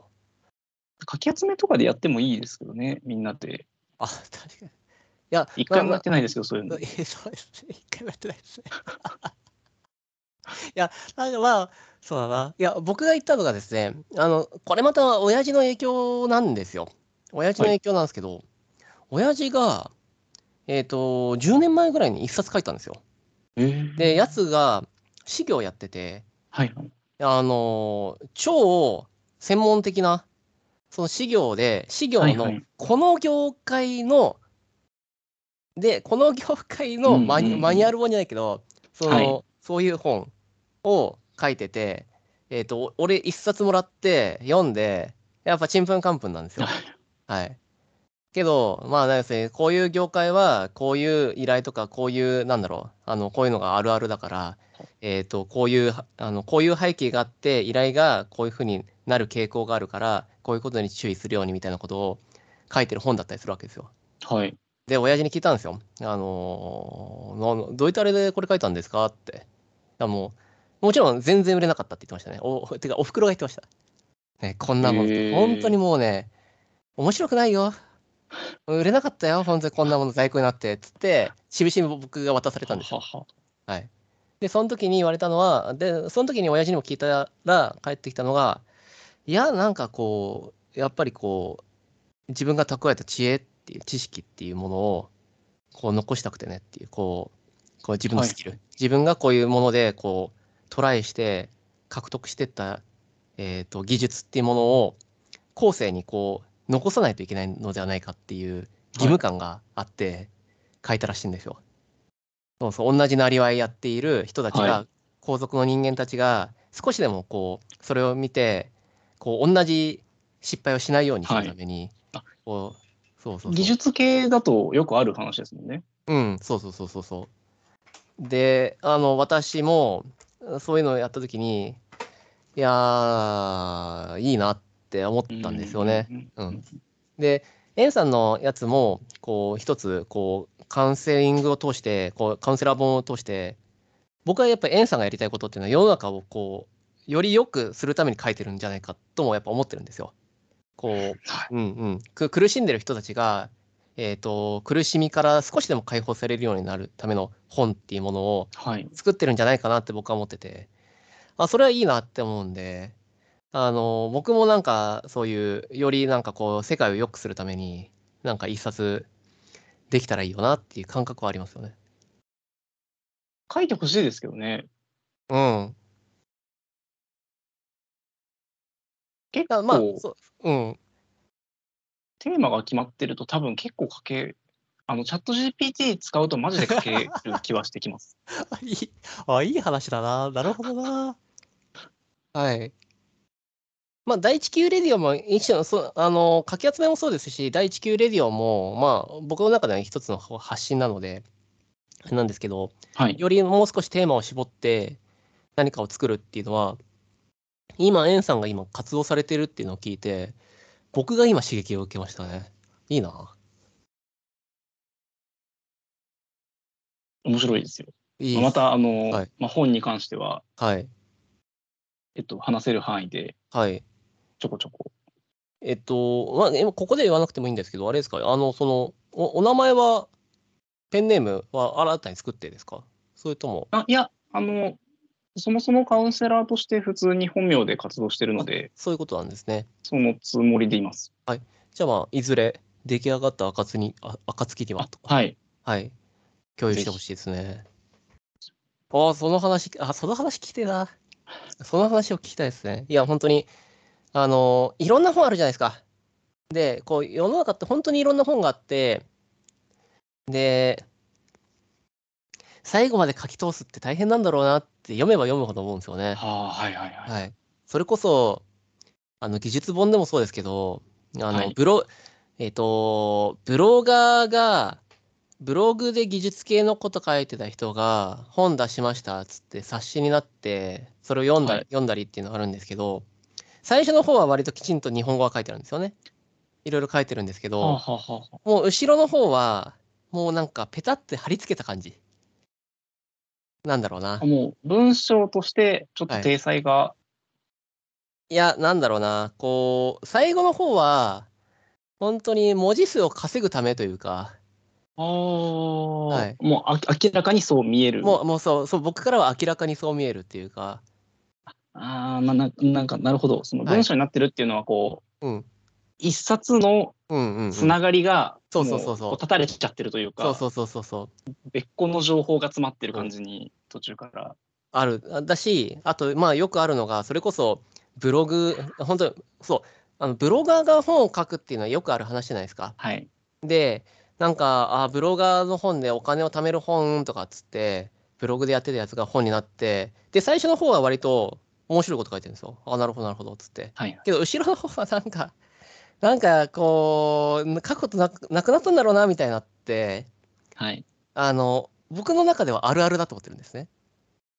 Speaker 2: 書き集めとかでやってもいいですけどねみんなで
Speaker 1: あ、確かに。いや、
Speaker 2: 一回も
Speaker 1: ま
Speaker 2: や
Speaker 1: あ
Speaker 2: ってないですけどそういう
Speaker 1: ま
Speaker 2: の
Speaker 1: あえそうですね。一回もやってないですね。 [LAUGHS] いや、なんかまあ、そうだな。いや、僕が言ったのがですね、あの、これまた親父の影響なんですよ。親父の
Speaker 2: は
Speaker 1: 影響なんですけど、親父が、えっ、と、10年前ぐらいに一冊書いたんですよ。で、やつが、私業やってて、
Speaker 2: はいはい
Speaker 1: あのー超専門的な、その資業で、資業
Speaker 2: は
Speaker 1: の
Speaker 2: いはい、
Speaker 1: この業界の、で、この業界のマニ,、
Speaker 2: うんうんうん
Speaker 1: マニュアル本じゃないけど、その、
Speaker 2: はい
Speaker 1: そういう本を書いてて、えっ、と、お俺一冊もらって読んで、やっぱちんぷんかんぷんなんです
Speaker 2: [LAUGHS]
Speaker 1: よ。はい。けど、まあ、なんせ、こういう業界は、こういう依頼とか、こういう、なんだろう、あの、こういうのがあるあるだから、えっと、こういう、あの、こういう背景があって、依頼がこういうふうになる傾向があるから、こういうことに注意するようにみたいなことを書いてる本だったりするわけですよ。
Speaker 2: はい
Speaker 1: で、親父に聞いたんですよ。あのーなどういったあれでこれ書いたんですかって。あもう、もちろん全然売れなかったって言ってましたね。お、 [LAUGHS] てか、お袋が言ってました。ね、こんなもん、
Speaker 2: へー
Speaker 1: 本当にもうね、面白くないよ。売れなかったよ、本当にこんなもの在庫になって、つって、しぶしぶ僕が渡されたんですよ。
Speaker 2: はは
Speaker 1: はい。で、その時に言われたのは、で、その時に親父にも聞いたら、帰ってきたのが、いや、なんかこう、やっぱりこう、自分が蓄えた知恵っていう、知識っていうものを、こう残したくてねっていう、こう、こう自分のスキル、自分がこういうもので、こう、トライして、獲得してった、えっ、と、技術っていうものを、後世にこう、残さないといけないのではないかっていう義務感があって、書いたらしいんですよ。そうそう、同じなりわいやっている人たちが、
Speaker 2: は
Speaker 1: 皇族の人間たちが、少しでもこう、それを見て、こう、同じ失敗をしないようにするために、
Speaker 2: はいあ
Speaker 1: こう、そうそうそう。
Speaker 2: 技術系だとよくある話ですもんね。
Speaker 1: うん、そうそうそうそうそう。で、あの、私も、そういうのをやったときに、いやー、いいなって思ったんですよね。
Speaker 2: うん。
Speaker 1: うん、で、エンさんのやつも、こう、一つ、こう、カウンセリングを通して、こう、カウンセラー本を通して、僕はやっぱりエンさんがやりたいことっていうのは、世の中をこう、より良くするために書いてるんじゃないかともやっぱ思ってるんですよ。こ
Speaker 2: は
Speaker 1: う、うんうん。く苦しんでる人たちが、えっ、と、苦しみから少しでも解放されるようになるための本っていうものを、
Speaker 2: はい。
Speaker 1: 作ってるんじゃないかなって僕は思ってて、あ、それはいいなって思うんで、あの、僕もなんかそういう、よりなんかこう、世界を良くするために、なんか一冊できたらいいよなっていう感覚はありますよね。
Speaker 2: 書いてほしいですけどね。
Speaker 1: うん。
Speaker 2: 結
Speaker 1: あ
Speaker 2: 構、
Speaker 1: まあ、そう、うん。 [LAUGHS]
Speaker 2: テーマが決まってると多分結構書け、あの、チャット GPT 使うとマジで書ける気はしてき
Speaker 1: [LAUGHS]
Speaker 2: ます。
Speaker 1: あいい、あ、いい話だな。なるほどな。はい。まあ、第一級レディオも一種の、そうあの、かき集めもそうですし、第一級レディオも、まあ、僕の中では一つの発信なので、なんですけど、
Speaker 2: はい。
Speaker 1: よりもう少しテーマを絞って何かを作るっていうのは今エンさんが今活動されてるっていうのを聞いて僕が今刺激を受けましたねいいな
Speaker 2: 面白いですよ。
Speaker 1: いい
Speaker 2: まあまた、あの、
Speaker 1: はい
Speaker 2: まあ、本に関しては、
Speaker 1: はい
Speaker 2: えっと、話せる範囲で
Speaker 1: はい
Speaker 2: ちょこちょこ。
Speaker 1: えっとまあ今ここで言わなくてもいいんですけどあれですかあのそのおお名前はペンネームは新たに作ってですかそれとも
Speaker 2: あ、いや、あの、そもそもカウンセラーとして普通に本名で活動してるので、
Speaker 1: そういうことなんですね
Speaker 2: そのつもりでいます。
Speaker 1: じゃあまあいずれ出来上がった暁にあ暁には
Speaker 2: あ
Speaker 1: とか
Speaker 2: はい。
Speaker 1: はい。共有してほしいですね。ああ、その話、あ、その話聞きてえな。その話を聞きたいですね。いや、本当に、あの、いろんな本あるじゃないですか。で、こう、世の中って本当にいろんな本があって、で、最後まで書き通すって大変なんだろうなって読めば読むほど思うんですよね。
Speaker 2: あーはいはいはい。
Speaker 1: はい。それこそ、あの、技術本でもそうですけど、あ
Speaker 2: は
Speaker 1: の
Speaker 2: い、
Speaker 1: ブロ、えっ、と、ブロガーが、ブログで技術系のこと書いてた人が、本出しましたっつって冊子になって、それを読んだ、
Speaker 2: はい
Speaker 1: 読んだりっていうのがあるんですけど、最初の方は割ときちんと日本語が書いてあるんですよね。いろいろ書いてるんですけど、
Speaker 2: はあはあはあはあ
Speaker 1: もう後ろの方は、もうなんかペタって貼り付けた感じ。なんだろうな。
Speaker 2: もう文章としてちょっと
Speaker 1: はい
Speaker 2: 体裁が、
Speaker 1: いや、なんだろうな、こう、最後の方は、本当に文字数を稼ぐためというか、
Speaker 2: あー
Speaker 1: はい
Speaker 2: もうあ明らかにそう見える。
Speaker 1: もう、もうそう、そう、僕からは明らかにそう見えるっていうか、
Speaker 2: ああ、まあな、なんか、なるほど。その
Speaker 1: はい
Speaker 2: 文章になってるっていうのは、こう、
Speaker 1: うん
Speaker 2: 一冊の
Speaker 1: うんうん、うん。
Speaker 2: つながりが、
Speaker 1: そうそうそうそう
Speaker 2: もこ立たれちゃってるというか、
Speaker 1: そうそうそうそうそう。
Speaker 2: 別個の情報が詰まってる感じに、途中から。
Speaker 1: ある。だし、あと、まあ、よくあるのが、それこそ、ブログ、本当に、そう、あのブロガーが本を書くっていうのはよくある話じゃないですか。
Speaker 2: はい。
Speaker 1: で、なんか、あ、ブロガーの本でお金を貯める本とかっつって、ブログでやってたやつが本になって、で、最初の方は割と面白いこと書いてるんですよ。あ、なるほど、なるほど、っつって。
Speaker 2: はい。
Speaker 1: けど、後ろの方はなんか、なんかこう、書くことなくなくなったんだろうな、みたいなって、
Speaker 2: はい。
Speaker 1: あの、僕の中ではあるあるだと思ってるんですね。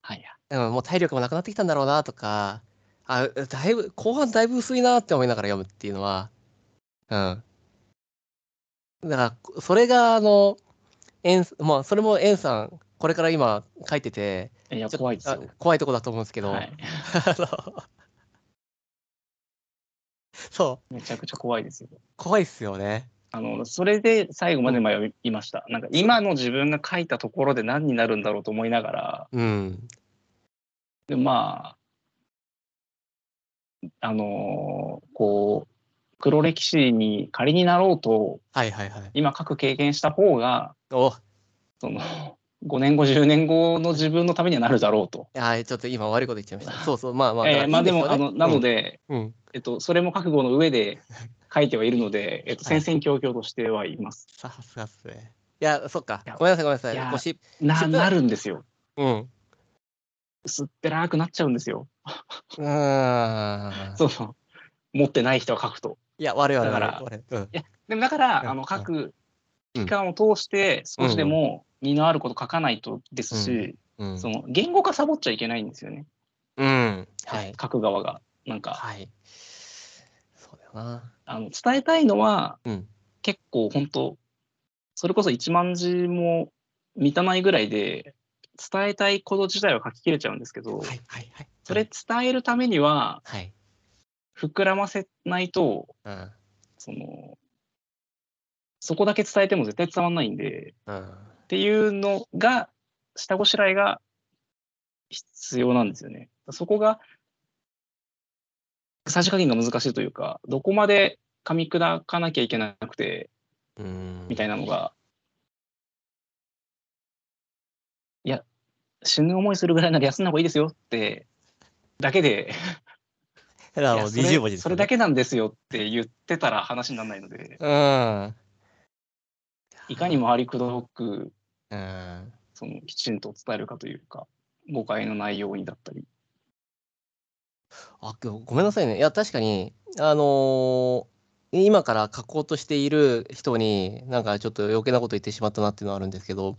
Speaker 2: はい。
Speaker 1: うん、もう体力もなくなってきたんだろうなとか、あ、だいぶ、後半だいぶ薄いなって思いながら読むっていうのは、うん。だから、それが、あの、エン、まあ、それもエンさん、これから今書いてて、
Speaker 2: いや、
Speaker 1: ちょっと
Speaker 2: 怖いですよ
Speaker 1: あ。怖いとこだと思うんですけど、
Speaker 2: はい。
Speaker 1: [LAUGHS] あの、 [LAUGHS] そう、
Speaker 2: めちゃくちゃ怖いですよ。
Speaker 1: 怖いっすよね。
Speaker 2: あのそれで最後まで迷いました。なんか今の自分が書いたところで何になるんだろうと思いながら、
Speaker 1: うん。
Speaker 2: でまあ、あのーこう、黒歴史に仮になろうと、
Speaker 1: はいはいはい。
Speaker 2: 今書く経験した方が、
Speaker 1: お
Speaker 2: その、5年後、10年後の自分のためにはなるだろうと。
Speaker 1: あーちょっと今悪いこと言っちゃいました。そうそう、まあまあ。
Speaker 2: えーまあでも、
Speaker 1: だから
Speaker 2: あ
Speaker 1: いい
Speaker 2: の、
Speaker 1: すよね
Speaker 2: なの、で、
Speaker 1: うんうん
Speaker 2: えっと、それも覚悟の上で書いてはいるので、えっと、
Speaker 1: はい
Speaker 2: 戦々恐々としてはいます。
Speaker 1: さすがっすね。いや、そっか
Speaker 2: いや。
Speaker 1: ごめんなさい、ごめんなさ
Speaker 2: い
Speaker 1: い。
Speaker 2: や
Speaker 1: ごし
Speaker 2: な
Speaker 1: 自分
Speaker 2: なるんですよ。
Speaker 1: うん。う
Speaker 2: 薄っぺらくなっちゃうんですよ。
Speaker 1: ーん。
Speaker 2: その持ってない人は書くと。
Speaker 1: いや、悪い悪い
Speaker 2: だか
Speaker 1: 悪い
Speaker 2: ら。
Speaker 1: 悪いうん
Speaker 2: でもだか
Speaker 1: うん
Speaker 2: ら、あの書く期間を通して少しでも荷のあること書かないとですし、
Speaker 1: うん。
Speaker 2: その言語化サボっちゃいけないんですよね。
Speaker 1: うん。はい。
Speaker 2: 書く側が。なんか、
Speaker 1: はい。そうだよな。
Speaker 2: あの伝えたいのは
Speaker 1: うん。
Speaker 2: 結構本当それこそ1万字も満たないぐらいで伝えたいこと自体は書き切れちゃうんですけど、
Speaker 1: はいはいはい。
Speaker 2: それ、伝えるためには
Speaker 1: はい。
Speaker 2: 膨らませないと
Speaker 1: うん。
Speaker 2: そのそこだけ伝えても絶対伝わんないんで
Speaker 1: うん。
Speaker 2: っていうのが下ごしらえが必要なんですよね。そこがさじ加減が難しいというかどこまで噛み砕かなきゃいけなくて
Speaker 1: うん
Speaker 2: みたいなのがいや死ぬ思いするぐらいなら休んだ方がいいですよってだけで
Speaker 1: だからもう
Speaker 2: いやそれ
Speaker 1: 20文字です
Speaker 2: そ
Speaker 1: よね
Speaker 2: れだけなんですよって言ってたら話にならないので
Speaker 1: うん。
Speaker 2: いかに回りくどく
Speaker 1: うん。
Speaker 2: そのきちんと伝えるかというか誤解のないようにだったり。
Speaker 1: あ、ごごめんなさいね。いや、確かに、あのー今から書こうとしている人に、なんかちょっと余計なこと言ってしまったなっていうのはあるんですけど、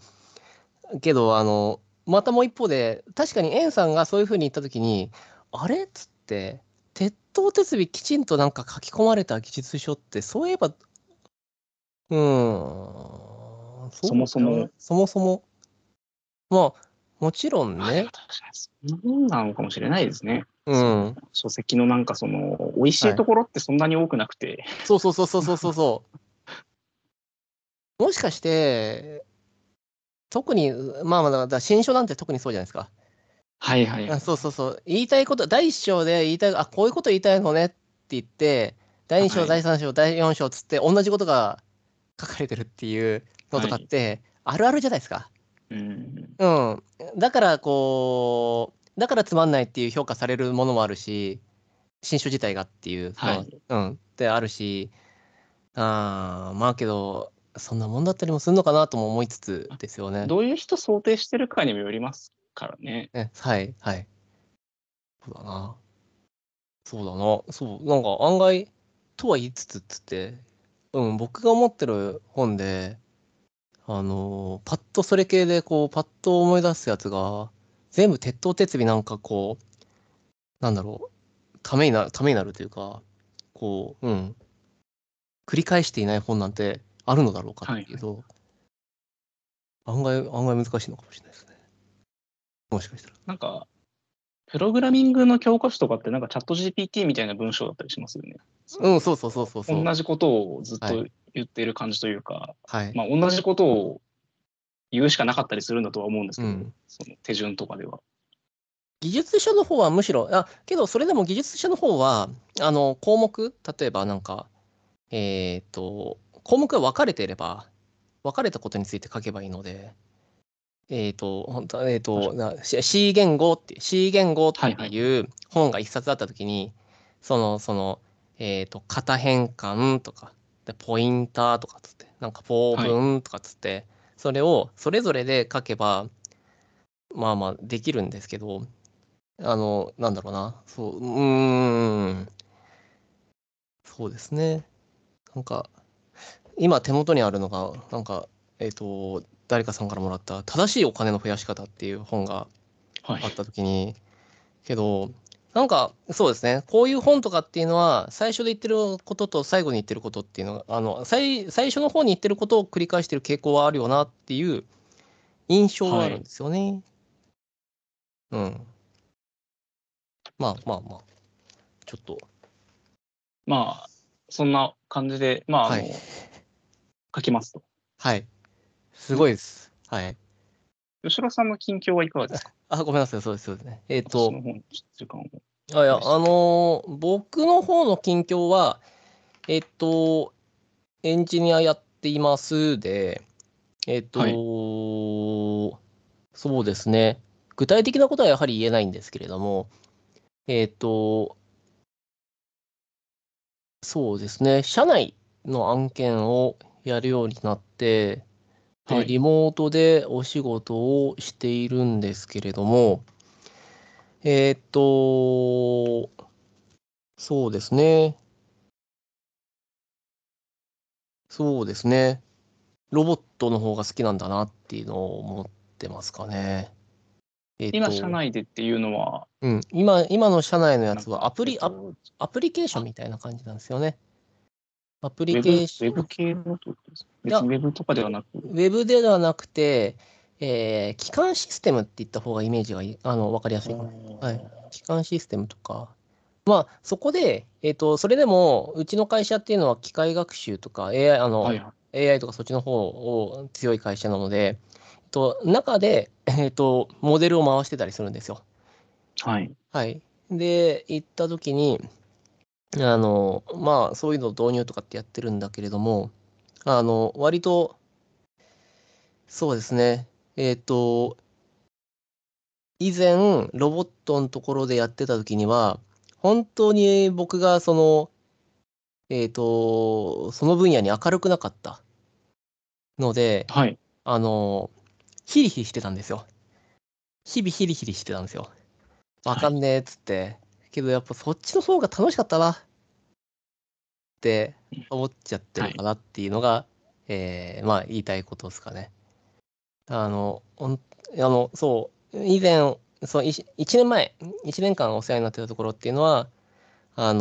Speaker 1: けど、あの、またもう一方で、確かにエンさんがそういうふうに言ったときに、あれっつって、鉄塔鉄尾きちんとなんか書き込まれた技術書って、そういえば、うん、う
Speaker 2: そもそも。
Speaker 1: そもそも。まあ、もちろん
Speaker 2: はい
Speaker 1: ね
Speaker 2: 確。かにそんなもんなのかもしれないですね。
Speaker 1: うん。
Speaker 2: 書籍のなんかその美味しいところってそんなに多くなくて、
Speaker 1: そうそうそうそうそうそうそう。もしかして、特に、まあまあ、だから新書なんて特にそうじゃないですか。
Speaker 2: はい、はい
Speaker 1: あそうそうそう。言いたいこと、第一章で言いたい、あ、こういうこと言いたいのねって言って、第二章、
Speaker 2: はい
Speaker 1: 第三章、第四章つって、同じことが書かれてるっていうのとかって、あるあるじゃないですか。
Speaker 2: うん
Speaker 1: うん。だから、こう、だからつまんないっていう評価されるものもあるし、新書自体がっていう、
Speaker 2: はい
Speaker 1: うん、ってあるし、あーまあけど、そんなもんだったりもするのかなとも思いつつですよね。
Speaker 2: どういう人想定してるかにもよりますからね。
Speaker 1: ねはい、はい。そうだな。そうだな。そう、なんか案外、とは言いつつっつって、うん、僕が思ってる本で、あのーパッとそれ系で、こう、パッと思い出すやつが、全部鉄塔鉄尾なんかこう、なんだろう、ためになる、ためになるというか、こう、うん、繰り返していない本なんてあるのだろうかっていうと、案外、案外難しいのかもしれないですね。もしかしたら。
Speaker 2: なんか、プログラミングの教科書とかってなんかチャット GPT みたいな文章だったりしますよね。
Speaker 1: うん、そうそうそうそうそう。
Speaker 2: 同じことをずっ
Speaker 1: は
Speaker 2: と言ってる感じというか、
Speaker 1: はい。
Speaker 2: まあ同じことを言うしかなかったりするんだとは思うんですけど、
Speaker 1: うん
Speaker 2: その手順とかでは。
Speaker 1: 技術書の方はむしろ、あ、けどそれでも技術書の方は、あの、項目、例えばなんか、えっ、と、項目が分かれていれば、分かれたことについて書けばいいので、えっ、と、本当はえっ、とな、C- C 言語って、C 言語って
Speaker 2: はい
Speaker 1: いう本が一冊あったときに、その、その、えっ、と、型変換とか、でポインターとかつって、なんか、法文とかつって、それをそれぞれで書けば、まあまあできるんですけど、あの、なんだろうな、そう、うーん、そうですね。なんか、今手元にあるのが、なんか、えっ、と、誰かさんからもらった、正しいお金の増やし方っていう本が
Speaker 2: はい
Speaker 1: あっ。た時に、けど、なんか、そうですね、こういう本とかっていうのは、最初で言ってることと最後に言ってることっていうのが、あの、最、最初の方に言ってることを繰り返してる傾向はあるよなっていう印象はあるんですよね。うん。まあまあまあ、ちょっと、
Speaker 2: まあ、そんな感じで、まあ、あの
Speaker 1: はい
Speaker 2: 書きますと。
Speaker 1: はい。すごいです。はい。
Speaker 2: 吉田さんの近況はいかがですか
Speaker 1: あ、ごめんなさい、そうです。そうですね。えっ、
Speaker 2: 私
Speaker 1: と
Speaker 2: の、方に時間を。
Speaker 1: あいや、
Speaker 2: よ
Speaker 1: あ
Speaker 2: し
Speaker 1: のー僕の方の近況は、えっと、エンジニアやっていますで、えっと、
Speaker 2: はい
Speaker 1: そうですね、具体的なことはやはり言えないんですけれども、えっと、そうですね、社内の案件をやるようになって、
Speaker 2: は
Speaker 1: で、
Speaker 2: い
Speaker 1: リモートでお仕事をしているんですけれども、えーっと、そうですね。そうですね。ロボットの方が好きなんだなっていうのを思ってますかね。えーっと
Speaker 2: 今、社内でっていうのは、
Speaker 1: うん、今、今の社内のやつはアプ
Speaker 2: え
Speaker 1: リ
Speaker 2: っ、と
Speaker 1: アアプリケーションみたいな感じなんですよね。アプ
Speaker 2: ウ
Speaker 1: リ
Speaker 2: ェ
Speaker 1: ケ
Speaker 2: ブウ
Speaker 1: ーション
Speaker 2: ェ。ブ系のってことですか
Speaker 1: い
Speaker 2: 別
Speaker 1: や
Speaker 2: にウェブとかではなく、
Speaker 1: ウェブではなくて、えー、機関システムって言った方がイメージがいいあの分かりやすいかな。はい機関システムとか。まあ、そこで、えっ、と、それでも、うちの会社っていうのは機械学習とか、AI、あの、
Speaker 2: はいは
Speaker 1: AI とかそっちの方を強い会社なので、えっと、中で、えっと、モデルを回してたりするんですよ。
Speaker 2: い。はい。
Speaker 1: はい。で、行った時に、あの、まあ、そういうの導入とかってやってるんだけれども、あの、割と、そうですね、えっ、と、以前、ロボットのところでやってた時には、本当に僕がその、えっ、と、その分野に明るくなかったので、
Speaker 2: はい。
Speaker 1: あの、ヒリヒリしてたんですよ。日々ヒリヒリしてたんですよ。わかんねえっつって。けどやっぱそっちの方が楽しかったな。って思っちゃってるかなっていうのが、えーまあ言いたいことですかね。あの、ほんあの、そう、以前、そう、いし1年前、1年間お世話になってたところっていうのは、あ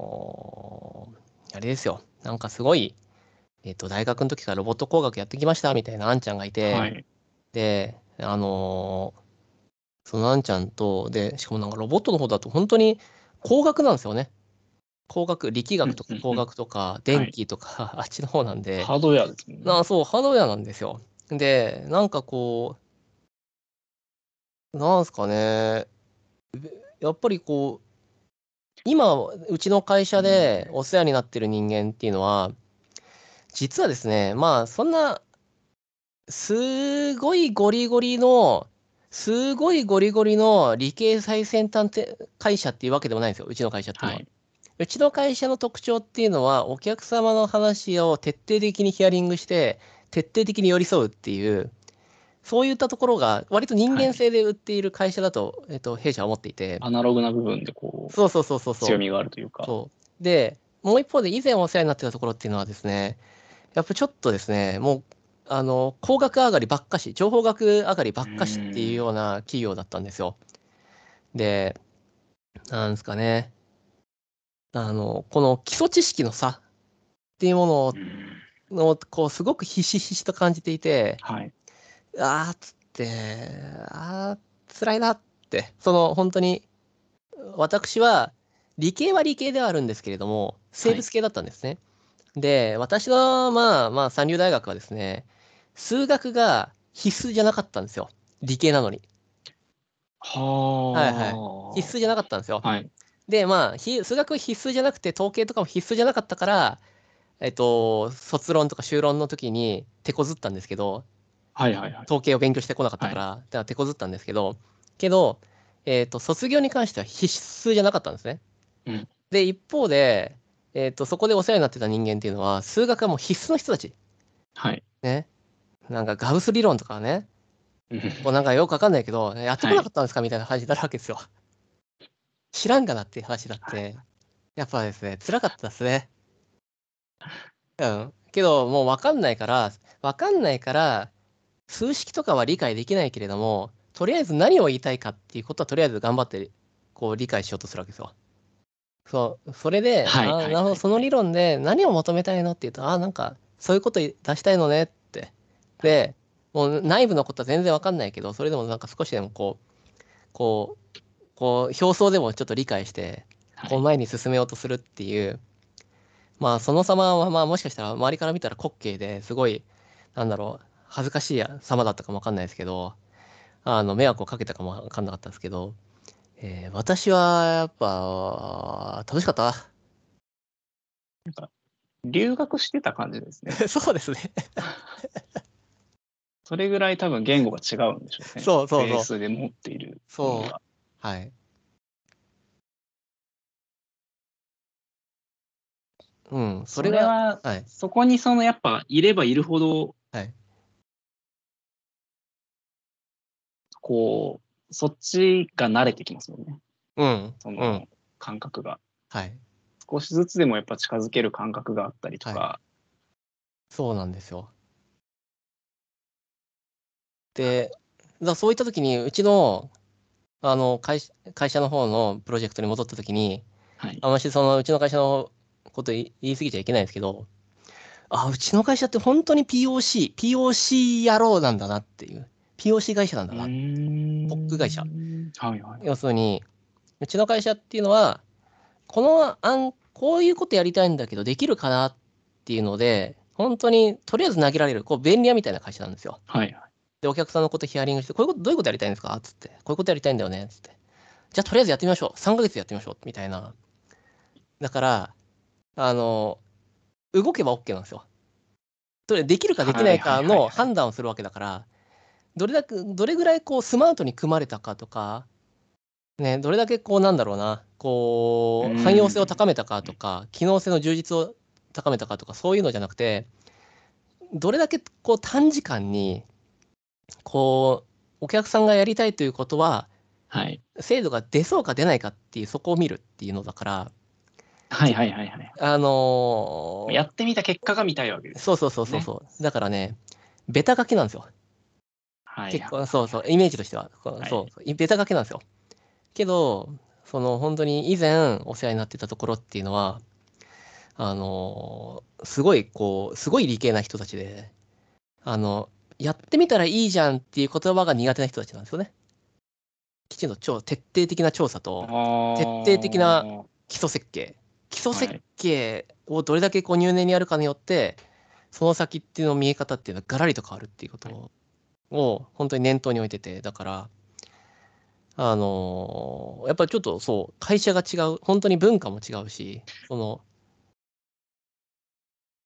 Speaker 1: のーあれですよ。なんかすごい、えっ、と、大学の時からロボット工学やってきましたみたいなあんちゃんがいて、
Speaker 2: はい。
Speaker 1: で、あのーそのあんちゃんと、で、しかもなんかロボットの方だと本当に工学なんですよね。工学、力学とか
Speaker 2: うんうんうん
Speaker 1: 工学とか電気とか、 [LAUGHS] あっちの方なんで、
Speaker 2: ハードウェアですもんね。
Speaker 1: なそう、ハードウェアなんですよ。で、なんかこう、なんすかね、べやっぱりこう、今、うちの会社でお世話になってる人間っていうのは、実はですね、まあ、そんな、すごいゴリゴリの、すごいゴリゴリの理系最先端て会社っていうわけでもないんですよ、うちの会社っていうのは。
Speaker 2: はい。
Speaker 1: うちの会社の特徴っていうのは、お客様の話を徹底的にヒアリングして、徹底的に寄り添うっていう、そういったところが、割と人間性で売っている会社だと、えっと、弊社は思っていて、
Speaker 2: アナログな部分でこう、
Speaker 1: そうそうそうそうそう。
Speaker 2: 強みがあるというか。
Speaker 1: そう。で、もう一方で以前お世話になってたところっていうのはですね、やっぱちょっとですね、もう、あの、工学上がりばっかし、情報学上がりばっかしっていうような企業だったんですよ。で、なんですかね、あの、この基礎知識の差っていうものを
Speaker 2: うん
Speaker 1: の、こう、すごくひしひしと感じていて、
Speaker 2: はい。
Speaker 1: あーっつって、あー、辛いなって、その本当に、私は理系は理系ではあるんですけれども、生物系だったんですね。で、私の、まあまあ、三流大学はですね、数学が必須じゃなかったんですよ。理系なのに。
Speaker 2: はあ。
Speaker 1: はい必須じゃなかったんですよ。
Speaker 2: はい。
Speaker 1: で、まあ、ひ数学必須じゃなくて、統計とかも必須じゃなかったから、えっと、卒論とか修論の時に手こずったんですけど、
Speaker 2: はいはいはい。
Speaker 1: 統計を勉強してこなかったから、だから手こずったんですけど、けど、えっ、と、卒業に関しては必須じゃなかったんですね。
Speaker 2: うん
Speaker 1: で、一方で、えっ、と、そこでお世話になってた人間っていうのは、数学はもう必須の人たち。 [LAUGHS]
Speaker 2: はい。
Speaker 1: ね。なんかガウス理論とかね、
Speaker 2: うん
Speaker 1: こうなんかよくわかんないけど、やってこなかったんですかみたいな話になるわけですよ。知らんがなっていう話だって、やっぱですね、辛かったですね。うん。けど、もうわかんないから、わかんないから、数式とかは理解できないけれども、とりあえず何を言いたいかっていうことは、とりあえず頑張って、こう、理解しようとするわけですよ。そう、それで、
Speaker 2: はい
Speaker 1: あ
Speaker 2: はい
Speaker 1: なるほ
Speaker 2: は
Speaker 1: ど、
Speaker 2: い
Speaker 1: その理論で何を求めたいのって言うと、ああ、なんか、そういうこと出したいのねって。で、もう内部のことは全然わかんないけど、それでもなんか少しでもこう、こう、こう、表層でもちょっと理解して、
Speaker 2: はい
Speaker 1: こう前に進めようとするっていう、まあその様はまあもしかしたら周りから見たら滑稽ですごいなんだろう恥ずかしい様だったかもわかんないですけどあの迷惑をかけたかもわかんなかったですけど、えー私はやっぱ楽しかった
Speaker 2: 留学してた感じですね。
Speaker 1: [LAUGHS] そうですね
Speaker 2: それぐらい多分言語が違うんでしょうね。
Speaker 1: そうそうそう
Speaker 2: ベースで持っているも
Speaker 1: そ
Speaker 2: の
Speaker 1: う
Speaker 2: が。
Speaker 1: はいうんそ
Speaker 2: そ
Speaker 1: れ
Speaker 2: れ
Speaker 1: が
Speaker 2: は、
Speaker 1: はい
Speaker 2: そこにそのやっぱいればいるほど、
Speaker 1: はい
Speaker 2: こう、そっちが慣れてきますもんね。
Speaker 1: うん
Speaker 2: そうの
Speaker 1: ん
Speaker 2: 感覚が。
Speaker 1: はい
Speaker 2: 少しずつでもやっぱ近づける感覚があったりとか、
Speaker 1: そうなんですよ。で、だからそういった時に、うちの、あの会社、会社の方のプロジェクトに戻った時に、
Speaker 2: はい
Speaker 1: あましそのうちの会社のこと言い言い過ぎちゃいけないんですけど、あ、うちの会社って本当に POC、POC 野郎なんだなっていう、POC 会社なんだな。ポ
Speaker 2: ポ
Speaker 1: ック会社
Speaker 2: はいはい。
Speaker 1: 要するに、うちの会社っていうのは、この案、こういうことやりたいんだけど、できるかなっていうので、本当にとりあえず投げられる、こう便利屋みたいな会社なんですよ。
Speaker 2: はいはい。
Speaker 1: で、お客さんのことヒアリングして、こういうこと、どういうことやりたいんですかつって、こういうことやりたいんだよねつって。じゃあ、とりあえずやってみましょう。3ヶ月やってみましょう。みたいな。だから、あの、動けば OK なんですよ。それできるかできないか
Speaker 2: はいはいはい
Speaker 1: の
Speaker 2: はい
Speaker 1: 判断をするわけだから、どれだけ、どれぐらいこうスマートに組まれたかとか、ね、どれだけこうなんだろうな、こ
Speaker 2: う
Speaker 1: う、
Speaker 2: ん
Speaker 1: 汎用性を高めたかとか、機能性の充実を高めたかとか、そういうのじゃなくて、どれだけこう短時間に、こう、お客さんがやりたいということは、
Speaker 2: はい
Speaker 1: 精度が出そうか出ないかっていう、そこを見るっていうのだから、
Speaker 2: はいはいはいはい。
Speaker 1: あのー
Speaker 2: やってみた結果が見たいわけです。
Speaker 1: そうそうそうそうそう、だからね、ベタ書きなんですよ。
Speaker 2: はい、
Speaker 1: 結構、そうそう、イメージとしては、こう
Speaker 2: はい
Speaker 1: そうそう、ベタ書きなんですよ。けど、その本当に以前お世話になってたところっていうのは、あのーすごい、こう、すごい理系な人たちで、あの、やってみたらいいじゃんっていう言葉が苦手な人たちなんですよね。きちんと超徹底的な調査と、徹底的な基礎設計基礎設計をどれだけこう入念にやるかによって、その先っていうの見え方っていうのはガラリと変わるっていうことを本当に念頭に置いててだからあのーやっぱりちょっとそう会社が違う本当に文化も違うしその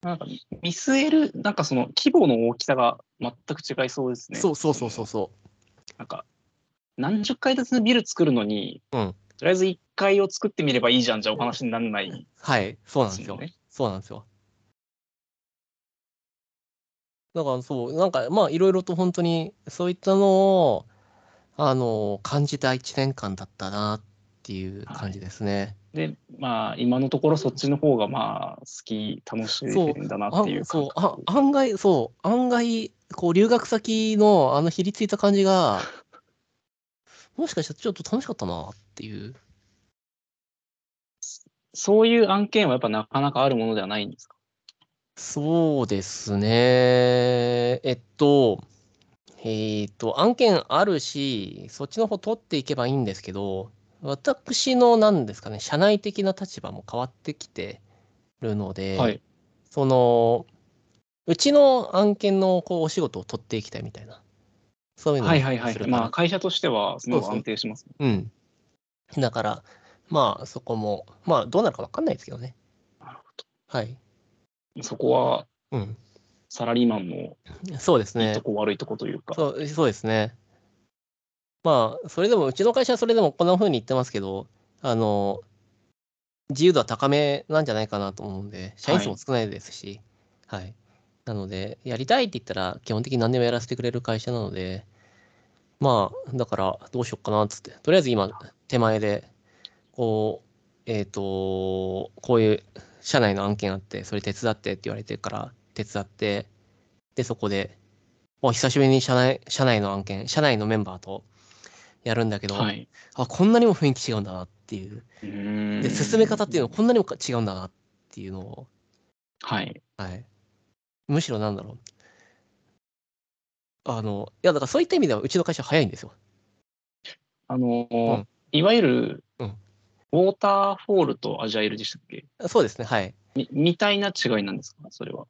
Speaker 2: なんか見据える、なんかその規模の大きさが全く違いそうですね。
Speaker 1: そうそうそうそうそ
Speaker 2: なんか、何十階建てのビル作るのに、
Speaker 1: うん
Speaker 2: とりあえず1階を作ってみればいいじゃんじゃお話にならないで
Speaker 1: うはいそうなんですすよ
Speaker 2: よね。
Speaker 1: そうなんですよ。だからそう、なんかまあいろいろと本当にそういったのを、あの、感じた1年間だったなっていう感じですね。
Speaker 2: で、まあ、今のところそっちの方が、まあ、好き、楽しいんだなっていう
Speaker 1: あ
Speaker 2: 感
Speaker 1: そう
Speaker 2: 覚
Speaker 1: あ、案外、そう、案外、こう留学先のあのひりついた感じが、もしかしたらちょっと楽しかったなっていう。
Speaker 2: そういう案件はやっぱなかなかあるものではないんですか
Speaker 1: そうですね。えっと、えっと、案件あるし、そっちの方取っていけばいいんですけど、私の何ですかね、社内的な立場も変わってきてるので、
Speaker 2: はい。
Speaker 1: その、うちの案件のこうお仕事を取っていきたいみたいな、そういうの
Speaker 2: はいはいは
Speaker 1: す
Speaker 2: い。
Speaker 1: るか
Speaker 2: ま
Speaker 1: ら
Speaker 2: あ、会社としては、すごく安定しますね。
Speaker 1: うん。だから、まあ、そこも、まあ、どうなるか分かんないですけどね。
Speaker 2: なるほ
Speaker 1: はい。
Speaker 2: どそこは、
Speaker 1: うん。
Speaker 2: サラリーマンの
Speaker 1: そうです
Speaker 2: いい
Speaker 1: ね
Speaker 2: と。こ悪いとこというか。
Speaker 1: そうそうですね。まあ、それでも、うちの会社はそれでもこんな風に言ってますけど、あの、自由度は高めなんじゃないかなと思うんで、社員数も少ないですし、はい。なので、やりたいって言ったら、基本的に何でもやらせてくれる会社なので、まあ、だから、どうしようかなっつって、とりあえず今、手前で、こう、えっ、と、こういう社内の案件あって、それ手伝ってって言われてから、手伝って、で、そこで、お久しぶりに社内社内の案件、社内のメンバーとやるんだけど、
Speaker 2: はい。
Speaker 1: あ、こんなにも雰囲気違うんだなっていう。で、
Speaker 2: で
Speaker 1: 進め方っていうのはこんなにもか違うんだなっていうのを、
Speaker 2: はい。
Speaker 1: はい。むしろなんだろう。あの、いや、だからそういった意味ではうちの会社早いんですよ。
Speaker 2: あの
Speaker 1: う
Speaker 2: ー、
Speaker 1: ん
Speaker 2: いわゆる、
Speaker 1: うん
Speaker 2: ウォーターフォールとアジャイルでしたっけ
Speaker 1: そうですね、はい。
Speaker 2: みみたいな違いなんですかそれは。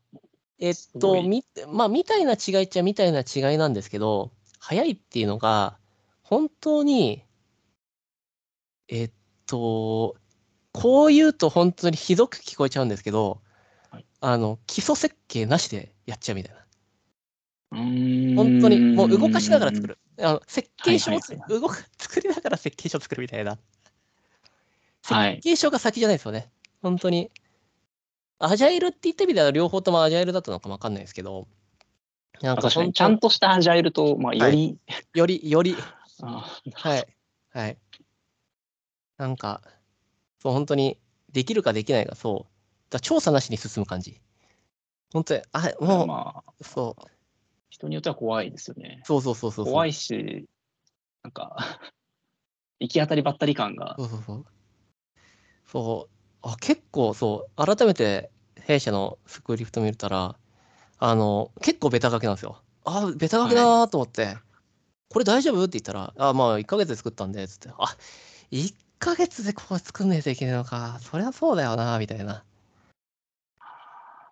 Speaker 1: えっ
Speaker 2: すご
Speaker 1: と、
Speaker 2: い
Speaker 1: み、まあ、みたいな違いっちゃみたいな違いなんですけど、早いっていうのが、本当に、えっと、こう言うと本当にひどく聞こえちゃうんですけど
Speaker 2: はい、
Speaker 1: あの、基礎設計なしでやっちゃうみたいな。
Speaker 2: 本
Speaker 1: 本当に、もう動かしながら作。る。あの設計書をつ
Speaker 2: はいはい
Speaker 1: 動か、作りながら設計書を作るみたいな。
Speaker 2: はい
Speaker 1: 設。計書が先じゃないですよね。本当に。アジャイルって言った意味では両方ともアジャイルだったのかもわかんないですけど、なん
Speaker 2: あ
Speaker 1: か
Speaker 2: 確か
Speaker 1: 本
Speaker 2: にち
Speaker 1: 当
Speaker 2: ゃんとしたアジャイルと、まあ、より、
Speaker 1: より、より、
Speaker 2: あ
Speaker 1: はい、はい。なんか、そう、本当に、できるかできないか、そう。だから調査なしに進む感じ。本当に、あ、もう、
Speaker 2: まあ、
Speaker 1: そう、
Speaker 2: 人によっては怖いですよね。
Speaker 1: そうそうそうそうそう。
Speaker 2: 怖
Speaker 1: い。
Speaker 2: いし、なんか、 [LAUGHS] 行き当たりばったり感が
Speaker 1: そ。うそうそう。そう、あ、結構、そう、改めて、弊社のスクリプト見たら、あの、結構ベタ書きなんですよ。あ、ベタ書きだなと思って、これ大丈夫って言ったら、あ、まあ、1ヶ月で作ったんで、つって、あ、1ヶ月でここ作んないといけないのか、そりゃそうだよなみたいな。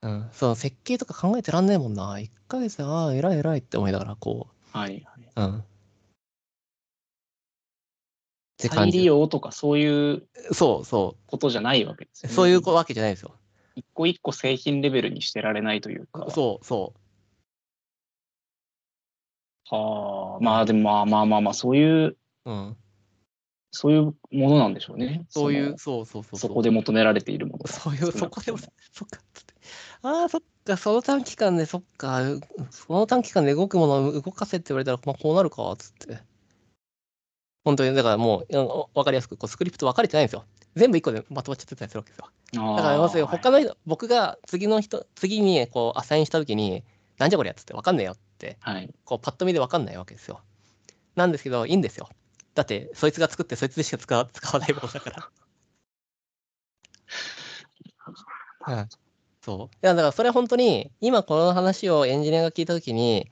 Speaker 1: うん、その設計とか考えてらんねえもんな。1ヶ月で、ああ、偉い偉いって思いながら、こ
Speaker 2: はい。はい、
Speaker 1: う、うん。って感
Speaker 2: 再利
Speaker 1: じ。
Speaker 2: 用とかそういう
Speaker 1: そうそう。
Speaker 2: ことじゃないわけですよね。
Speaker 1: そういうわけじゃないですよ。
Speaker 2: 一個一個製品レベルにしてられないというか。
Speaker 1: そうそう。
Speaker 2: はあ、まあでもまあまあまあまあ、そういう、
Speaker 1: うん、
Speaker 2: そういうものなんでしょうね。
Speaker 1: そうい
Speaker 2: の
Speaker 1: う、そうそうそう
Speaker 2: そこで求められているものが
Speaker 1: そういう、
Speaker 2: 少な
Speaker 1: そ
Speaker 2: く
Speaker 1: ことで
Speaker 2: も
Speaker 1: も、そっか、つって。ああ、そっか、その短期間で、そっか、うその短期間で動くものを動かせって言われたら、まあ、こうなるか、つって。本当に、だからもう、うんわかりやすく、こうスクリプト分かれてないんですよ。全部一個でまとまっちゃってたりするわけですよ。
Speaker 2: あー
Speaker 1: だから、要するに、他の人、僕が次の人、次にこう、アサインしたときに、なんじゃこりゃっつって、わかんねえよって、
Speaker 2: はい。
Speaker 1: こう、パッと見でわかんないわけですよ。なんですけど、いいんですよ。だって、そいつが作って、そいつでしか使わ [LAUGHS] 使わないものだから。はい、そう。いや、だからそれ本当に、今この話をエンジニアが聞いたときに、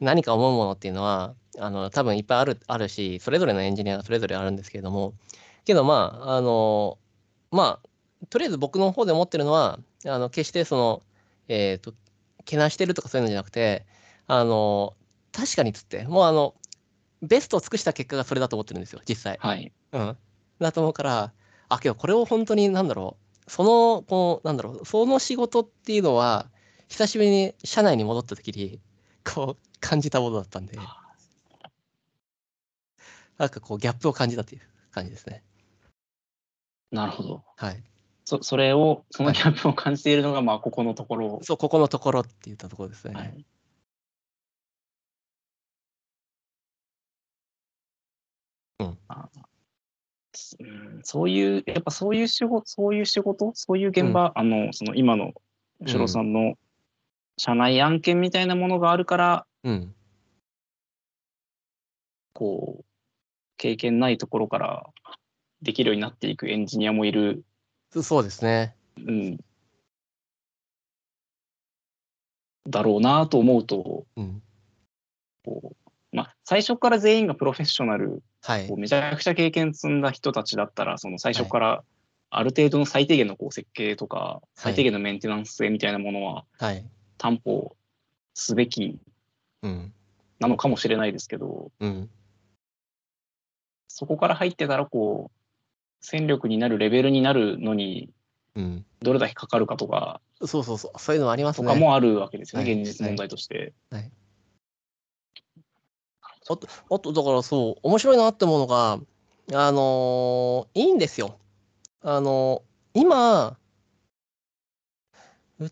Speaker 1: 何か思うものっていうのは、あの、多分いっぱいある、あるし、それぞれのエンジニアがそれぞれあるんですけれども、けどまあ、あの、まあ、とりあえず僕の方で思ってるのは、あの、決してその、えっ、と、けなしてるとかそういうのじゃなくて、あの、確かにっつって、もうあの、ベストを尽くした結果がそれだと思ってるんですよ、実際。
Speaker 2: はい。
Speaker 1: うん、だと思うからあけどこれを本当になんだろうそのこうなんだろうその仕事っていうのは久しぶりに社内に戻った時にこう感じたものだったんでなんかこうギャップを感じたっていう感じですね
Speaker 2: なるほど。
Speaker 1: はい
Speaker 2: そそれを、そのギャップを感じているのが、まあ、ここのところ。
Speaker 1: そうここのところって言ったところですね、
Speaker 2: はい。
Speaker 1: うん
Speaker 2: あすうんそういう、やっぱそういう仕事、そういう仕事、そういう現場、あの、その今の、しろさんの社内案件みたいなものがあるから、
Speaker 1: うん
Speaker 2: こう、経験ないところからできるようになっていくエンジニアもいる。
Speaker 1: そそうですね
Speaker 2: うん。だろうなと思うと、
Speaker 1: うん
Speaker 2: こう、まあ、最初から全員がプロフェッショナル、
Speaker 1: はい
Speaker 2: こうめちゃくちゃ経験積んだ人たちだったら、その最初からある程度の最低限のこう設計とか、最低限のメンテナンス性みたいなものは
Speaker 1: はい
Speaker 2: 担保すべき
Speaker 1: うん
Speaker 2: なのかもしれないですけど、
Speaker 1: うん
Speaker 2: そこから入ってたら、こう、戦力になるレベルになるのに、
Speaker 1: うん
Speaker 2: どれだけかかるかとか、
Speaker 1: そうそうそうそういうのもあります
Speaker 2: と
Speaker 1: ね
Speaker 2: かもあるわけですよ
Speaker 1: は
Speaker 2: ね、
Speaker 1: い
Speaker 2: 現実問題として。
Speaker 1: あと、だからそう、面白いなって思うのが、あのーいいんですよ。あのー今、う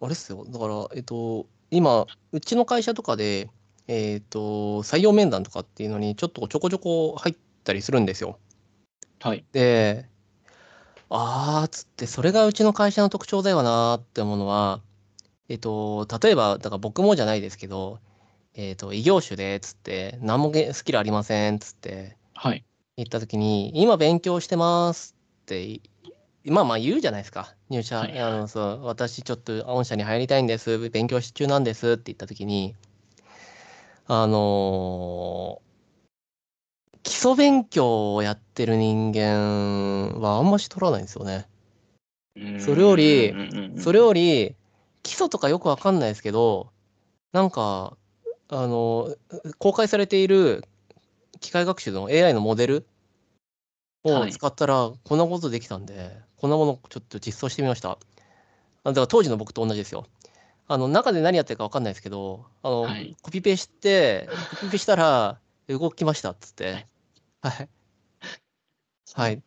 Speaker 1: あれっすよ。だから、えっと、今、うちの会社とかで、えっと、採用面談とかっていうのに、ちょっとちょこちょこ入ったりするんですよ。
Speaker 2: はい。
Speaker 1: で、あーっつって、それがうちの会社の特徴だよなーって思うのは、えっと、例えば、だから僕もじゃないですけど、えっと、異業種で、つって、何もげスキルありません、つって
Speaker 2: はい。
Speaker 1: 言った時に、今勉強してますってい、まあまあ言うじゃないですか。入社、
Speaker 2: はい
Speaker 1: あの、そう、私ちょっと御社に入りたいんです、勉強中なんですって言った時に、あのー基礎勉強をやってる人間はあんまし取らないんですよね。それより
Speaker 2: うんうんうんうん
Speaker 1: それより、基礎とかよくわかんないですけど、なんか、あの、公開されている機械学習の AI のモデルを
Speaker 2: はい
Speaker 1: 使ったら、こんなことできたんで、こんなものちょっと実装してみました。あだから当時の僕と同じですよ。あの、中で何やってるかわかんないですけど、あの、
Speaker 2: はい
Speaker 1: コピペして、コピペしたら、動きましたっつって。はい。はい。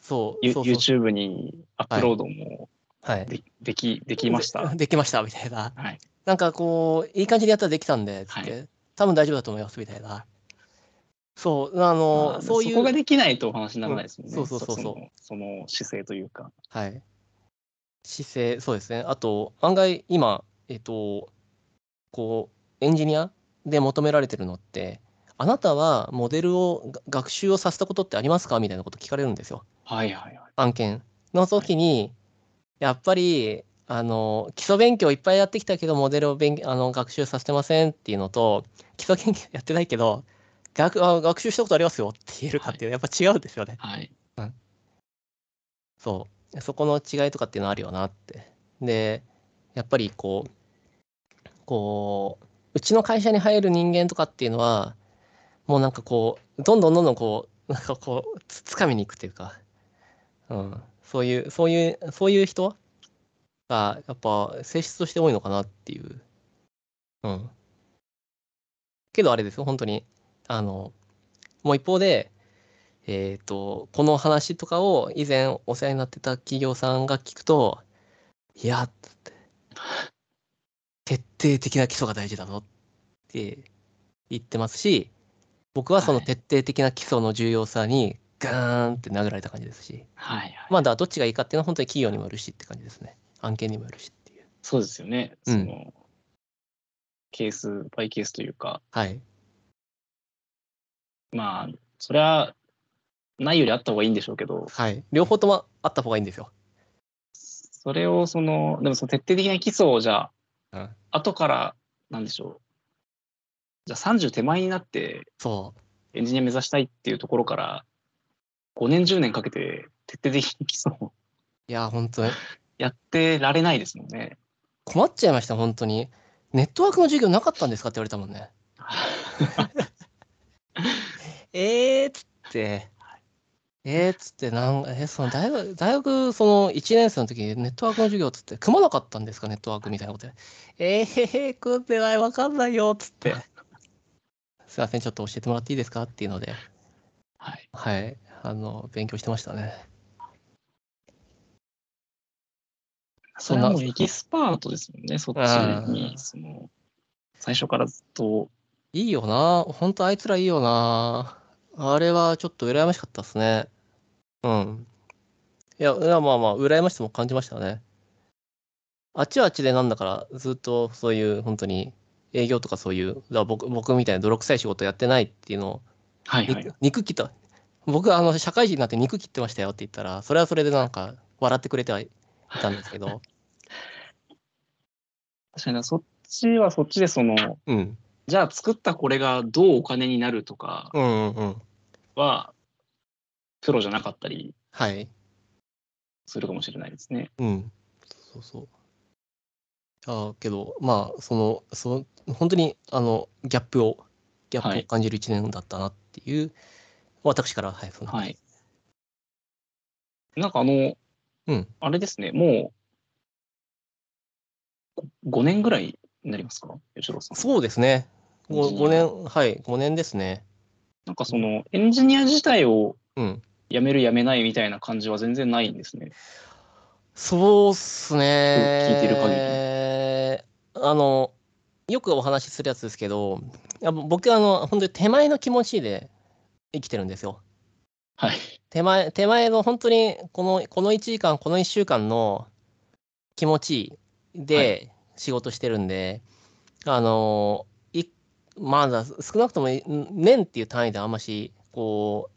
Speaker 1: そう。
Speaker 2: ゆ
Speaker 1: そうそう
Speaker 2: YouTube にアップロードも
Speaker 1: はい。
Speaker 2: で,、できできました。
Speaker 1: [LAUGHS] できました、みたいな。
Speaker 2: はい
Speaker 1: なんかこう、いい感じでやったらできたんで、つって、
Speaker 2: は
Speaker 1: 多分大丈夫だと思います、みたいな。そう、あ
Speaker 2: ま
Speaker 1: の、
Speaker 2: あ
Speaker 1: そういう。
Speaker 2: そこができないとお話にならないですもんね。
Speaker 1: うんそうそうそうそう
Speaker 2: のその姿勢というか。
Speaker 1: はい。姿勢、そうですね。あと、案外、今、えっと、こう、エンジニアで求められてるのって、あなたはモデルをが学習をさせたことってありますかみたいなこと聞かれるんですよ。
Speaker 2: はいはいはい。
Speaker 1: 案件の時に、やっぱり、あの、基礎勉強いっぱいやってきたけど、モデルを勉あの学習させてませんっていうのと、基礎研究やってないけど、学あ学習したことありますよって言えるかっていうのはやっぱ違うんですよね。
Speaker 2: はい。
Speaker 1: そう。そこの違いとかっていうのはあるよなって。で、やっぱりこう、こう、うちの会社に入る人間とかっていうのは、もうなんかこう、どんどんどんどんこう、なんかこう、つつかみに行くっていうか、うん、そういう、そういう、そういう人が、やっぱ性質として多いのかなっていう。うん。けどあれですよ、本当に。あの、もう一方で、えっ、と、この話とかを以前お世話になってた企業さんが聞くと、いや、つって、徹底的な基礎が大事だぞって言ってますし、僕はその
Speaker 2: はい
Speaker 1: 徹底的な基礎の重要さにガーンって殴られた感じですし、
Speaker 2: はいはい。
Speaker 1: まあ、だからどっちがいいかっていうのは本当に企業にもよるしって感じですね。案件にもよるしっていう。
Speaker 2: そうですよね。
Speaker 1: うん
Speaker 2: その、ケースバイケースというか、
Speaker 1: はい。
Speaker 2: まあ、それはないよりあった方がいいんでしょうけど、
Speaker 1: はい。両方ともあった方がいいんですよ。
Speaker 2: それをその、でもその徹底的な基礎をじゃあ、
Speaker 1: うん
Speaker 2: 後から、なんでしょう。じゃあ30手前になって
Speaker 1: そ
Speaker 2: エンジニア目指したいっていうところから、5年10年かけて徹底的に基礎を
Speaker 1: う。いや、本当に
Speaker 2: やってられないですもんね。
Speaker 1: 困っちゃいました、本当に。ネットワークの授業なかったんですかって言われたもんね。えーっつって、えーっつって、なんえその大学、大学、その1年生の時にネットワークの授業っつって、組まなかったんですか、ネットワークみたいなことで。えー、組んでない、わかんないよ、っつって。すいません、ちょっと教えてもらっていいですかっていうので、
Speaker 2: はい。
Speaker 1: はい、あの、勉強してましたね。そ
Speaker 2: そ
Speaker 1: ん
Speaker 2: れ
Speaker 1: な
Speaker 2: はもうエキスパートですもんね、そっち
Speaker 1: う
Speaker 2: に、
Speaker 1: ん
Speaker 2: その、最初からずっと、
Speaker 1: いいよな、ほんとあいつらいいよな。あれはちょっと羨ましかったですね。うん。いや、いやまあまあ、羨ましさも感じましたね。あっちはあっちでなんだから、ずっとそういう、本当に営業とかそういう、だから僕僕みたいな泥臭い仕事やってないっていうのを、
Speaker 2: はいは
Speaker 1: 肉,、
Speaker 2: い。
Speaker 1: 肉切った。僕、あの、社会人になって肉切ってましたよって言ったら、それはそれでなんか、笑ってくれてはいたんですけ
Speaker 2: [LAUGHS]
Speaker 1: ど、
Speaker 2: 確かにな、そっちはそっちで、その、
Speaker 1: うん。
Speaker 2: じゃあ作ったこれがどうお金になるとか
Speaker 1: うんうんうん。
Speaker 2: は、プロじゃなかったり
Speaker 1: はい。
Speaker 2: するかもしれないですね。
Speaker 1: うん。そうそう。あけど、まあ、その、その、本当に、あの、ギャップを、ギャッ
Speaker 2: は
Speaker 1: プを
Speaker 2: い
Speaker 1: 感じる一年だったなっていう、私から、はい、そんな
Speaker 2: はい。なんかあの、
Speaker 1: うん。
Speaker 2: あれですね、もう、5年ぐらいになりますか、吉郎さん。
Speaker 1: そうですね。
Speaker 2: う
Speaker 1: ご
Speaker 2: ん
Speaker 1: 五年、はい、五年ですね。
Speaker 2: なんかその、エンジニア自体を
Speaker 1: うん。
Speaker 2: 辞める辞めないみたいな感じは全然ないんですね。
Speaker 1: そうっすね。
Speaker 2: 聞いてる限
Speaker 1: り。あの、よくお話しするやつですけど、いや僕、あの、本当に手前の気持ちで生きてるんですよ。
Speaker 2: はい。
Speaker 1: 手前、手前の本当にこの、この1時間、この1週間の気持ち
Speaker 2: は
Speaker 1: で仕事してるんで、あの、いまだ少なくともん年っていう単位であんまし、こう、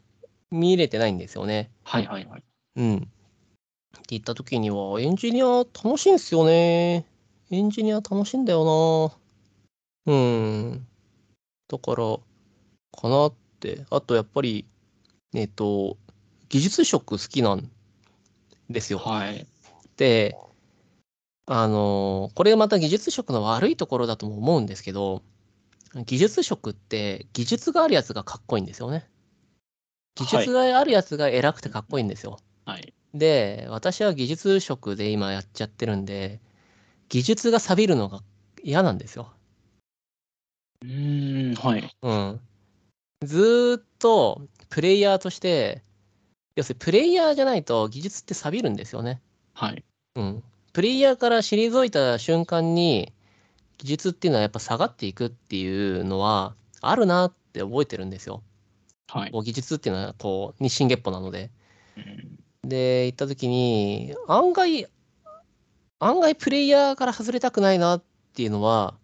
Speaker 1: 見入れてないんですよね。
Speaker 2: はいはいはい。
Speaker 1: うん。って言った時には、エンジニア楽しいんすよね。エンジニア楽しいんだよな。うん。だから、かなって。あと、やっぱり、えっと、技術職好きなんですよ。
Speaker 2: はい。
Speaker 1: って、あのこれまた技術職の悪いところだとも思うんですけど、技術職って技術があるやつがかっこいいんですよね。技術があるやつが偉くてかっこいいんですよ。
Speaker 2: はい。
Speaker 1: で、私は技術職で今やっちゃってるんで、技術が錆びるのが嫌なんですよ。
Speaker 2: うーん、はい。
Speaker 1: うん。ずーっとプレイヤーとして、要するにプレイヤーじゃないと技術って錆びるんですよね。
Speaker 2: はい。
Speaker 1: うん。プレイヤーから退いた瞬間に、技術っていうのはやっぱ下がっていくっていうのはあるなって覚えてるんですよ。
Speaker 2: はい。
Speaker 1: こう技術っていうのはこう日進月歩なので。
Speaker 2: うん
Speaker 1: で、行った時に、案外、案外プレイヤーから外れたくないなっていうのは、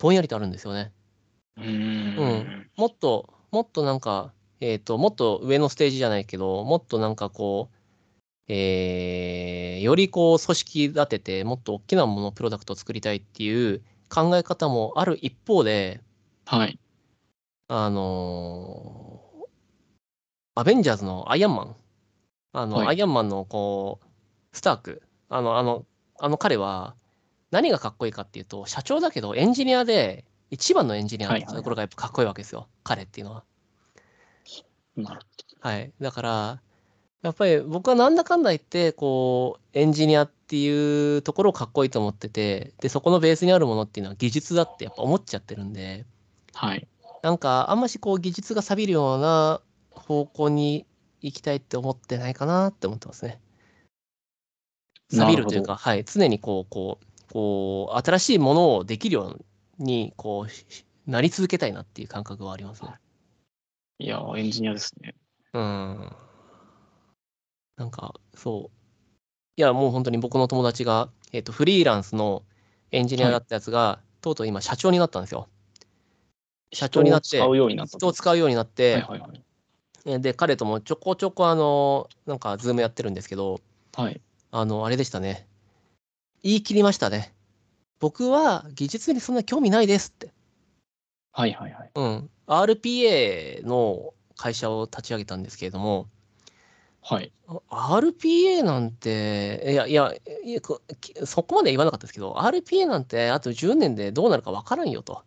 Speaker 1: ぼんやりとあるんですよね。
Speaker 2: うーん。
Speaker 1: もっと、もっとなんか、えっ、と、もっと上のステージじゃないけど、もっとなんかこう、えーよりこう組織立てて、もっと大きなもの、プロダクトを作りたいっていう考え方もある一方で、
Speaker 2: はい。
Speaker 1: あのーアベンジャーズのアイアンマン。あの、
Speaker 2: はい
Speaker 1: アイアンマンのこう、スターク。あの、あの、あの彼は、何がかっこいいかっていうと、社長だけどエンジニアで、一番のエンジニアっていうところがやっぱかっこいいわけですよ。彼っていうのは。
Speaker 2: なる
Speaker 1: はい。だから、やっぱり僕はなんだかんだ言って、こう、エンジニアっていうところをかっこいいと思ってて、で、そこのベースにあるものっていうのは技術だってやっぱ思っちゃってるんで、
Speaker 2: はい。
Speaker 1: なんかあんましこう技術が錆びるような方向に行きたいって思ってないかなって思ってますね。錆びるというか、はい、常にこう、こう、こう、新しいものをできるように、こうし、なり続けたいなっていう感覚はありますね。
Speaker 2: いやー、エンジニアですね。
Speaker 1: うん。なんか、そう。いや、もう本当に僕の友達が、えっ、と、フリーランスのエンジニアだったやつが、とうとう今、社長になったんですよ。社長になって
Speaker 2: 人を使うようになった
Speaker 1: 人を
Speaker 2: と。
Speaker 1: 使うようになって、
Speaker 2: はいはいはい。
Speaker 1: えで、彼ともちょこちょこ、あの、なんか、ズームやってるんですけど、
Speaker 2: はい。
Speaker 1: あの、あれでしたね。言い切りましたね。僕は技術にそんな興味ないですって。
Speaker 2: はいはいはい。
Speaker 1: うん。RPA の会社を立ち上げたんですけれども、
Speaker 2: はい。
Speaker 1: あ RPA なんて、いや、いや、いやこきそこまでは言わなかったですけど、RPA なんてあと10年でどうなるかわからんよと。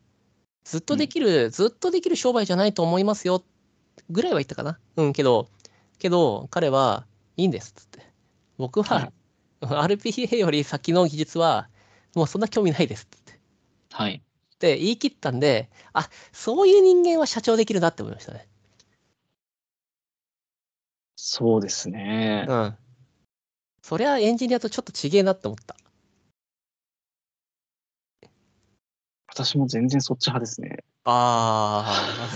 Speaker 1: ずっとできる、ずっとできる商売じゃないと思いますよ、ぐらいは言ったかな。うん、けど、けど、彼は、いいんです、つって。僕は、RPA より先の技術は、もうそんな興味ないです、つって。
Speaker 2: はい。
Speaker 1: って言い切ったんで、あ、そういう人間は社長できるなって思いましたね。
Speaker 2: そうですね。
Speaker 1: うん。そりゃエンジニアとちょっと違えなって思った。
Speaker 2: 私も全然そっち派ですね。
Speaker 1: ああ。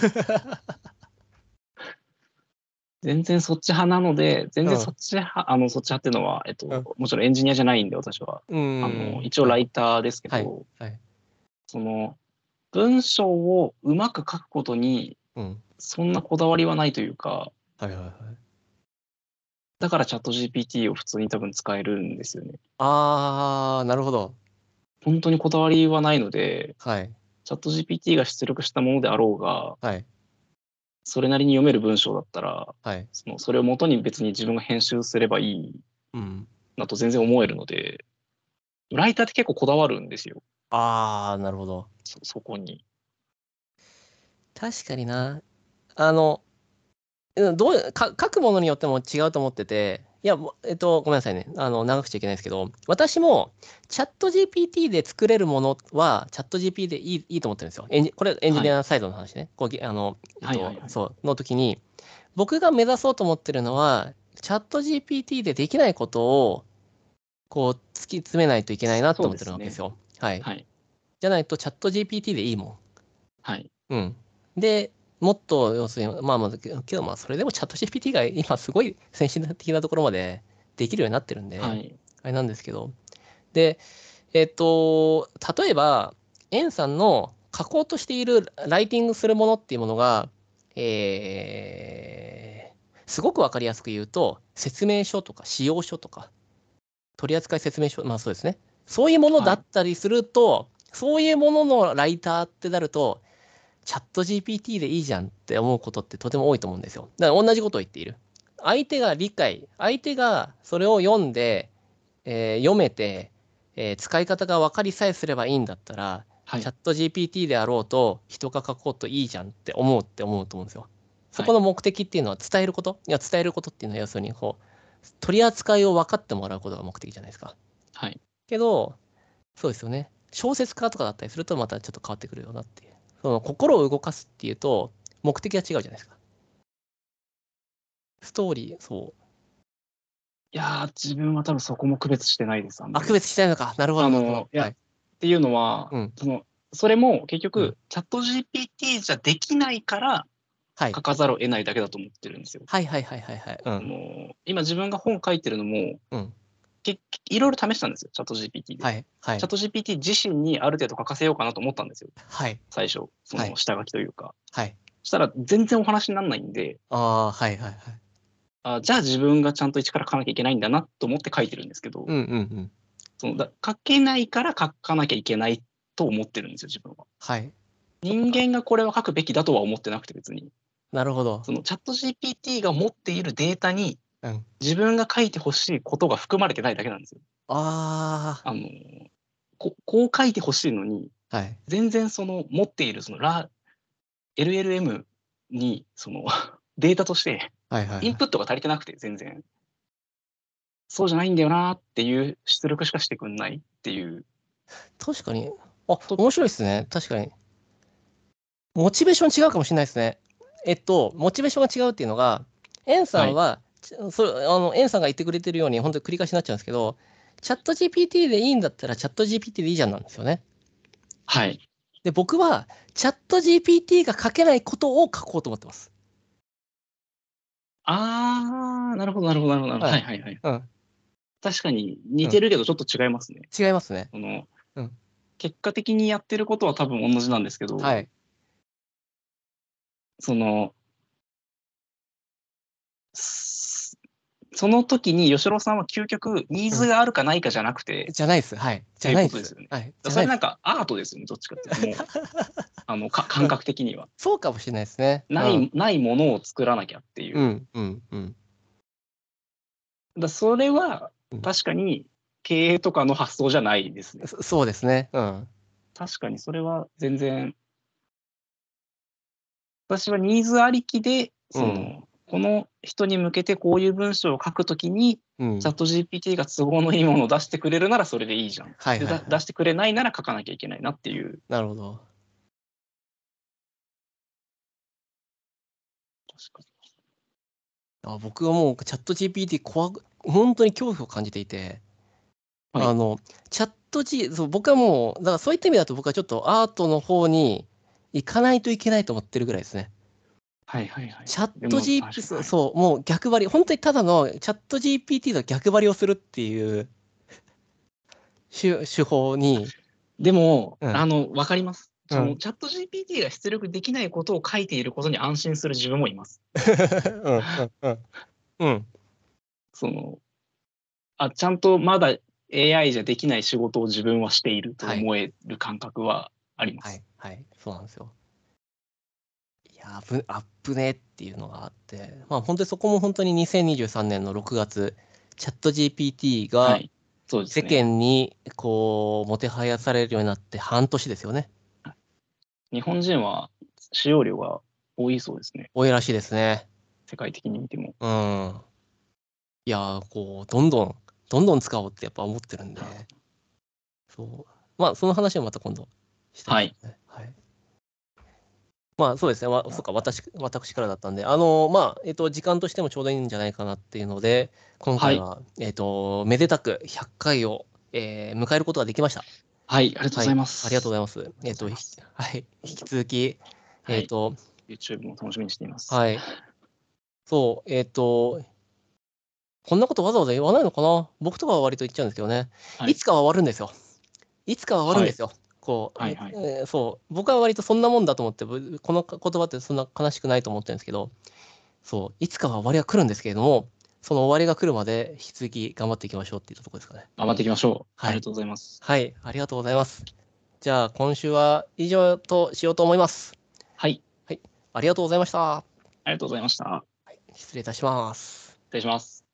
Speaker 2: 全然そっち派なので、全
Speaker 1: う
Speaker 2: 然
Speaker 1: ん
Speaker 2: そっち派、あの、そっち派っていうのは、えっと、
Speaker 1: うん
Speaker 2: もちろんエンジニアじゃないんで、私は。
Speaker 1: うん。
Speaker 2: あの、一応ライターですけど、
Speaker 1: はい。
Speaker 2: その、文章をうまく書くことに、
Speaker 1: うん。
Speaker 2: そんなこだわりはないというか、
Speaker 1: はいはいはい。
Speaker 2: だからチャット GPT を普通に多分使えるんですよね。
Speaker 1: ああ、なるほど。
Speaker 2: 本当にこだわりはないので、
Speaker 1: はい。
Speaker 2: チャット GPT が出力したものであろうが、
Speaker 1: はい。
Speaker 2: それなりに読める文章だったら、
Speaker 1: はい。
Speaker 2: そのそれを元に別に自分が編集すればいい
Speaker 1: うん。
Speaker 2: なと全然思えるので、ライターって結構こだわるんですよ、
Speaker 1: ああ、なるほど。
Speaker 2: そそこに。
Speaker 1: 確かにな。あの、うんどうか書くものによっても違うと思ってて、いや、もうえっと、ごめんなさいね。あの、長くちゃいけないですけど、私も、チャット GPT で作れるものは、チャット GPT でいいいいと思ってるんですよ。エンジこれ、エンジニアサイドの話ね。こうぎあの、えっと
Speaker 2: はいはいはい
Speaker 1: そう、の時に、僕が目指そうと思ってるのは、チャット GPT でできないことを、こう、突き詰めないといけないなと思ってるわけですよ。はい。
Speaker 2: はい。
Speaker 1: じゃないと、チャット GPT でいいもん。
Speaker 2: はい。
Speaker 1: うん。で、もっと、要するに、まあまあ、けけどまあ、それでもチャット GPT が今すごい先進的なところまでできるようになってるんで、
Speaker 2: はい。
Speaker 1: あれなんですけど。で、えっと、例えば、エンさんの書こうとしているライティングするものっていうものが、えーすごくわかりやすく言うと、説明書とか使用書とか、取扱説明書、まあそうですね。そういうものだったりすると、そういうもののライターってなると、チャット GPT でいいじゃんって思うことってとても多いと思うんですよ。だから同じことを言っている。相手が理解、相手がそれを読んで、えー読めて、えー使い方が分かりさえすればいいんだったら、
Speaker 2: はい
Speaker 1: チャット GPT であろうと人が書こうといいじゃんって思うって思うと思うんですよ。そこの目的っていうのは伝えること、い、や伝えることっていうのは要するにこう取り扱いを分かってもらうことが目的じゃないですか。
Speaker 2: はい
Speaker 1: けどそうですよね小説家とかだったりするとまたちょっと変わってくるよなっていうその心を動かすっていうと目的が違うじゃないですか。ストーリーそう
Speaker 2: いやー自分は多分そこも区別してないです。あんまり
Speaker 1: 悪別したいのかなるほど。
Speaker 2: あの
Speaker 1: なるほど
Speaker 2: いや
Speaker 1: はい
Speaker 2: っていうのは、
Speaker 1: うん
Speaker 2: そのそれも結局、
Speaker 1: うん
Speaker 2: チャット GPT じゃできないから
Speaker 1: はい
Speaker 2: 書かざるを得ないだけだと思ってるんですよ。
Speaker 1: はいはいはいはいはい。う
Speaker 2: あ
Speaker 1: ん。
Speaker 2: の今自分が本書いてるのも、
Speaker 1: うん
Speaker 2: 結いろいろ試したんですよチャット GPT で。
Speaker 1: はいはい
Speaker 2: チャット GPT 自身にある程度書かせようかなと思ったんですよ
Speaker 1: はい
Speaker 2: 最初そ
Speaker 1: はい
Speaker 2: の下書きというか。
Speaker 1: はい。
Speaker 2: したら全然お話にならないんで
Speaker 1: ああはいはいはい。
Speaker 2: あじゃあ自分がちゃんと一から書かなきゃいけないんだなと思って書いてるんですけど、
Speaker 1: うんうんうん。
Speaker 2: そのだ書けないから書かなきゃいけないと思ってるんですよ自分は。
Speaker 1: はい。
Speaker 2: 人間がこれは書くべきだとは思ってなくて別に
Speaker 1: なるほど。
Speaker 2: そのチャット GPT が持っているデータに
Speaker 1: うん
Speaker 2: 自分が書いてほしいことが含まれてないだけなんですよ。
Speaker 1: あ
Speaker 2: あのここう書いてほしいのに
Speaker 1: あはい。
Speaker 2: 全然その持っているそのラ LLM にその [LAUGHS] データとして
Speaker 1: はいはいはい。
Speaker 2: インプットが足りてなくて全然そうじゃないんだよなっていう出力しかしてくんないっていう
Speaker 1: 確かに。あ、面白いですね。確かに。モチベーション違うかもしれないですね。えっと、モチベーションが違うっていうのが、エンさんは、ちそれあのエンさんが言ってくれてるように、本当に繰り返しになっちゃうんですけど、チャット GPT でいいんだったら、チャット GPT でいいじゃんなんですよね。
Speaker 2: はい
Speaker 1: で、僕は、チャット GPT が書けないことを書こうと思ってます。
Speaker 2: あーなるほどなるほどなるほどなるほど
Speaker 1: は
Speaker 2: はいいはいはい、
Speaker 1: うん
Speaker 2: 確かに似てるけどちょっと違いますね、
Speaker 1: 違いますね。
Speaker 2: その、
Speaker 1: うん
Speaker 2: 結果的にやってることは多分同じなんですけど、
Speaker 1: はい。
Speaker 2: その、すその時に吉郎さんは究極ニーズがあるかないかじゃなくて、
Speaker 1: じゃないです。はい。じゃないです。
Speaker 2: っていうことです
Speaker 1: はい。じゃ
Speaker 2: そ
Speaker 1: な
Speaker 2: れ
Speaker 1: いで
Speaker 2: な
Speaker 1: す
Speaker 2: んかアートですよね、どっちかっていうと。も
Speaker 1: [LAUGHS]
Speaker 2: うあのか感覚的には。
Speaker 1: そうかもしれないですね。
Speaker 2: ない、ないものを作らなきゃっていう。
Speaker 1: う
Speaker 2: だか
Speaker 1: ん、うん、うん。
Speaker 2: らそれは
Speaker 1: うん
Speaker 2: 確かに経営とかの発想じゃないですね
Speaker 1: うん。そそうですね。うん。
Speaker 2: 確かにそれは全然私はニーズありきでその、
Speaker 1: うん
Speaker 2: この人に向けてこういう文章を書くときに、
Speaker 1: うん
Speaker 2: チャット GPT が都合のいいものを出してくれるならそれでいいじゃん。
Speaker 1: はい
Speaker 2: で
Speaker 1: はい、は
Speaker 2: だ
Speaker 1: い。
Speaker 2: 出してくれないなら書かなきゃいけないなっていう
Speaker 1: なるほど。あ僕はもうチャット GPT 怖く本当に恐怖を感じていて、
Speaker 2: はい
Speaker 1: あのチャット G そう僕はもうだからそういった意味だと僕はちょっとアートの方に行かないといけないと思ってるぐらいですね。
Speaker 2: はいはいはい
Speaker 1: チャッ
Speaker 2: で
Speaker 1: ト
Speaker 2: も確
Speaker 1: GPT
Speaker 2: かに
Speaker 1: そうそうもう逆張り本当にただのチャット GPT の逆張りをするっていう手手法
Speaker 2: [LAUGHS]
Speaker 1: に
Speaker 2: でも、
Speaker 1: うん
Speaker 2: あの分かります
Speaker 1: うん
Speaker 2: その、チャット GPT が出力できないことを書いていることに安心する自分もいます
Speaker 1: うんうんうんうん
Speaker 2: そのあちゃんとまだ AI じゃできない仕事を自分はしていると思える感覚はあります、
Speaker 1: はいはいそうなんですよ。いやあぶあっぶねっていうのがあってまあ本当にそこも本当に2023年の6月チャット GPT
Speaker 2: は
Speaker 1: が
Speaker 2: いそうです
Speaker 1: 世
Speaker 2: ね
Speaker 1: 間にこうもてはやされるようになって半年ですよね。
Speaker 2: 日本人は使用量が多いそうですね
Speaker 1: 多いらしいですね。
Speaker 2: 世界的に見ても
Speaker 1: うん。いやあこうどんどんどんどん使おうってやっぱ思ってるんでそうまあその話はまた今度したいですね。はいまあそうですね、わそうか私私からだったんで、あのまあ、えっと、時間としてもちょうどいいんじゃないかなっていうので、今回は、えっと、めでたく100回を、えー迎えることができました。
Speaker 2: はいありがとうございます、
Speaker 1: ありがとうございます。えっと、
Speaker 2: あ
Speaker 1: ひ
Speaker 2: りがとうござい
Speaker 1: はい、引き続き、
Speaker 2: ますはい
Speaker 1: えっと、
Speaker 2: YouTube も楽しみにしています、
Speaker 1: はい。そう、えっ、と、こんなことわざわざ言わないのかな僕とかは割と言っちゃうんですけどね。
Speaker 2: はい
Speaker 1: い、つかは終わるんですよ。いつかは終わるんですよ。こう、
Speaker 2: はいはい
Speaker 1: えーそう、僕は割とそんなもんだと思って、ぶこの言葉ってそんな悲しくないと思ってるんですけど、そう、いつかは終わりが来るんですけれども、その終わりが来るまで引き続き頑張っていきましょうっていうところですかね。
Speaker 2: 頑張っていきましょう、
Speaker 1: はい
Speaker 2: ありがとうございます
Speaker 1: はい、ありがとうございます。じゃあ、今週は以上としようと思います。
Speaker 2: はい
Speaker 1: ありがとうございました。
Speaker 2: ありがとうございました
Speaker 1: 失礼いたします。
Speaker 2: 失礼します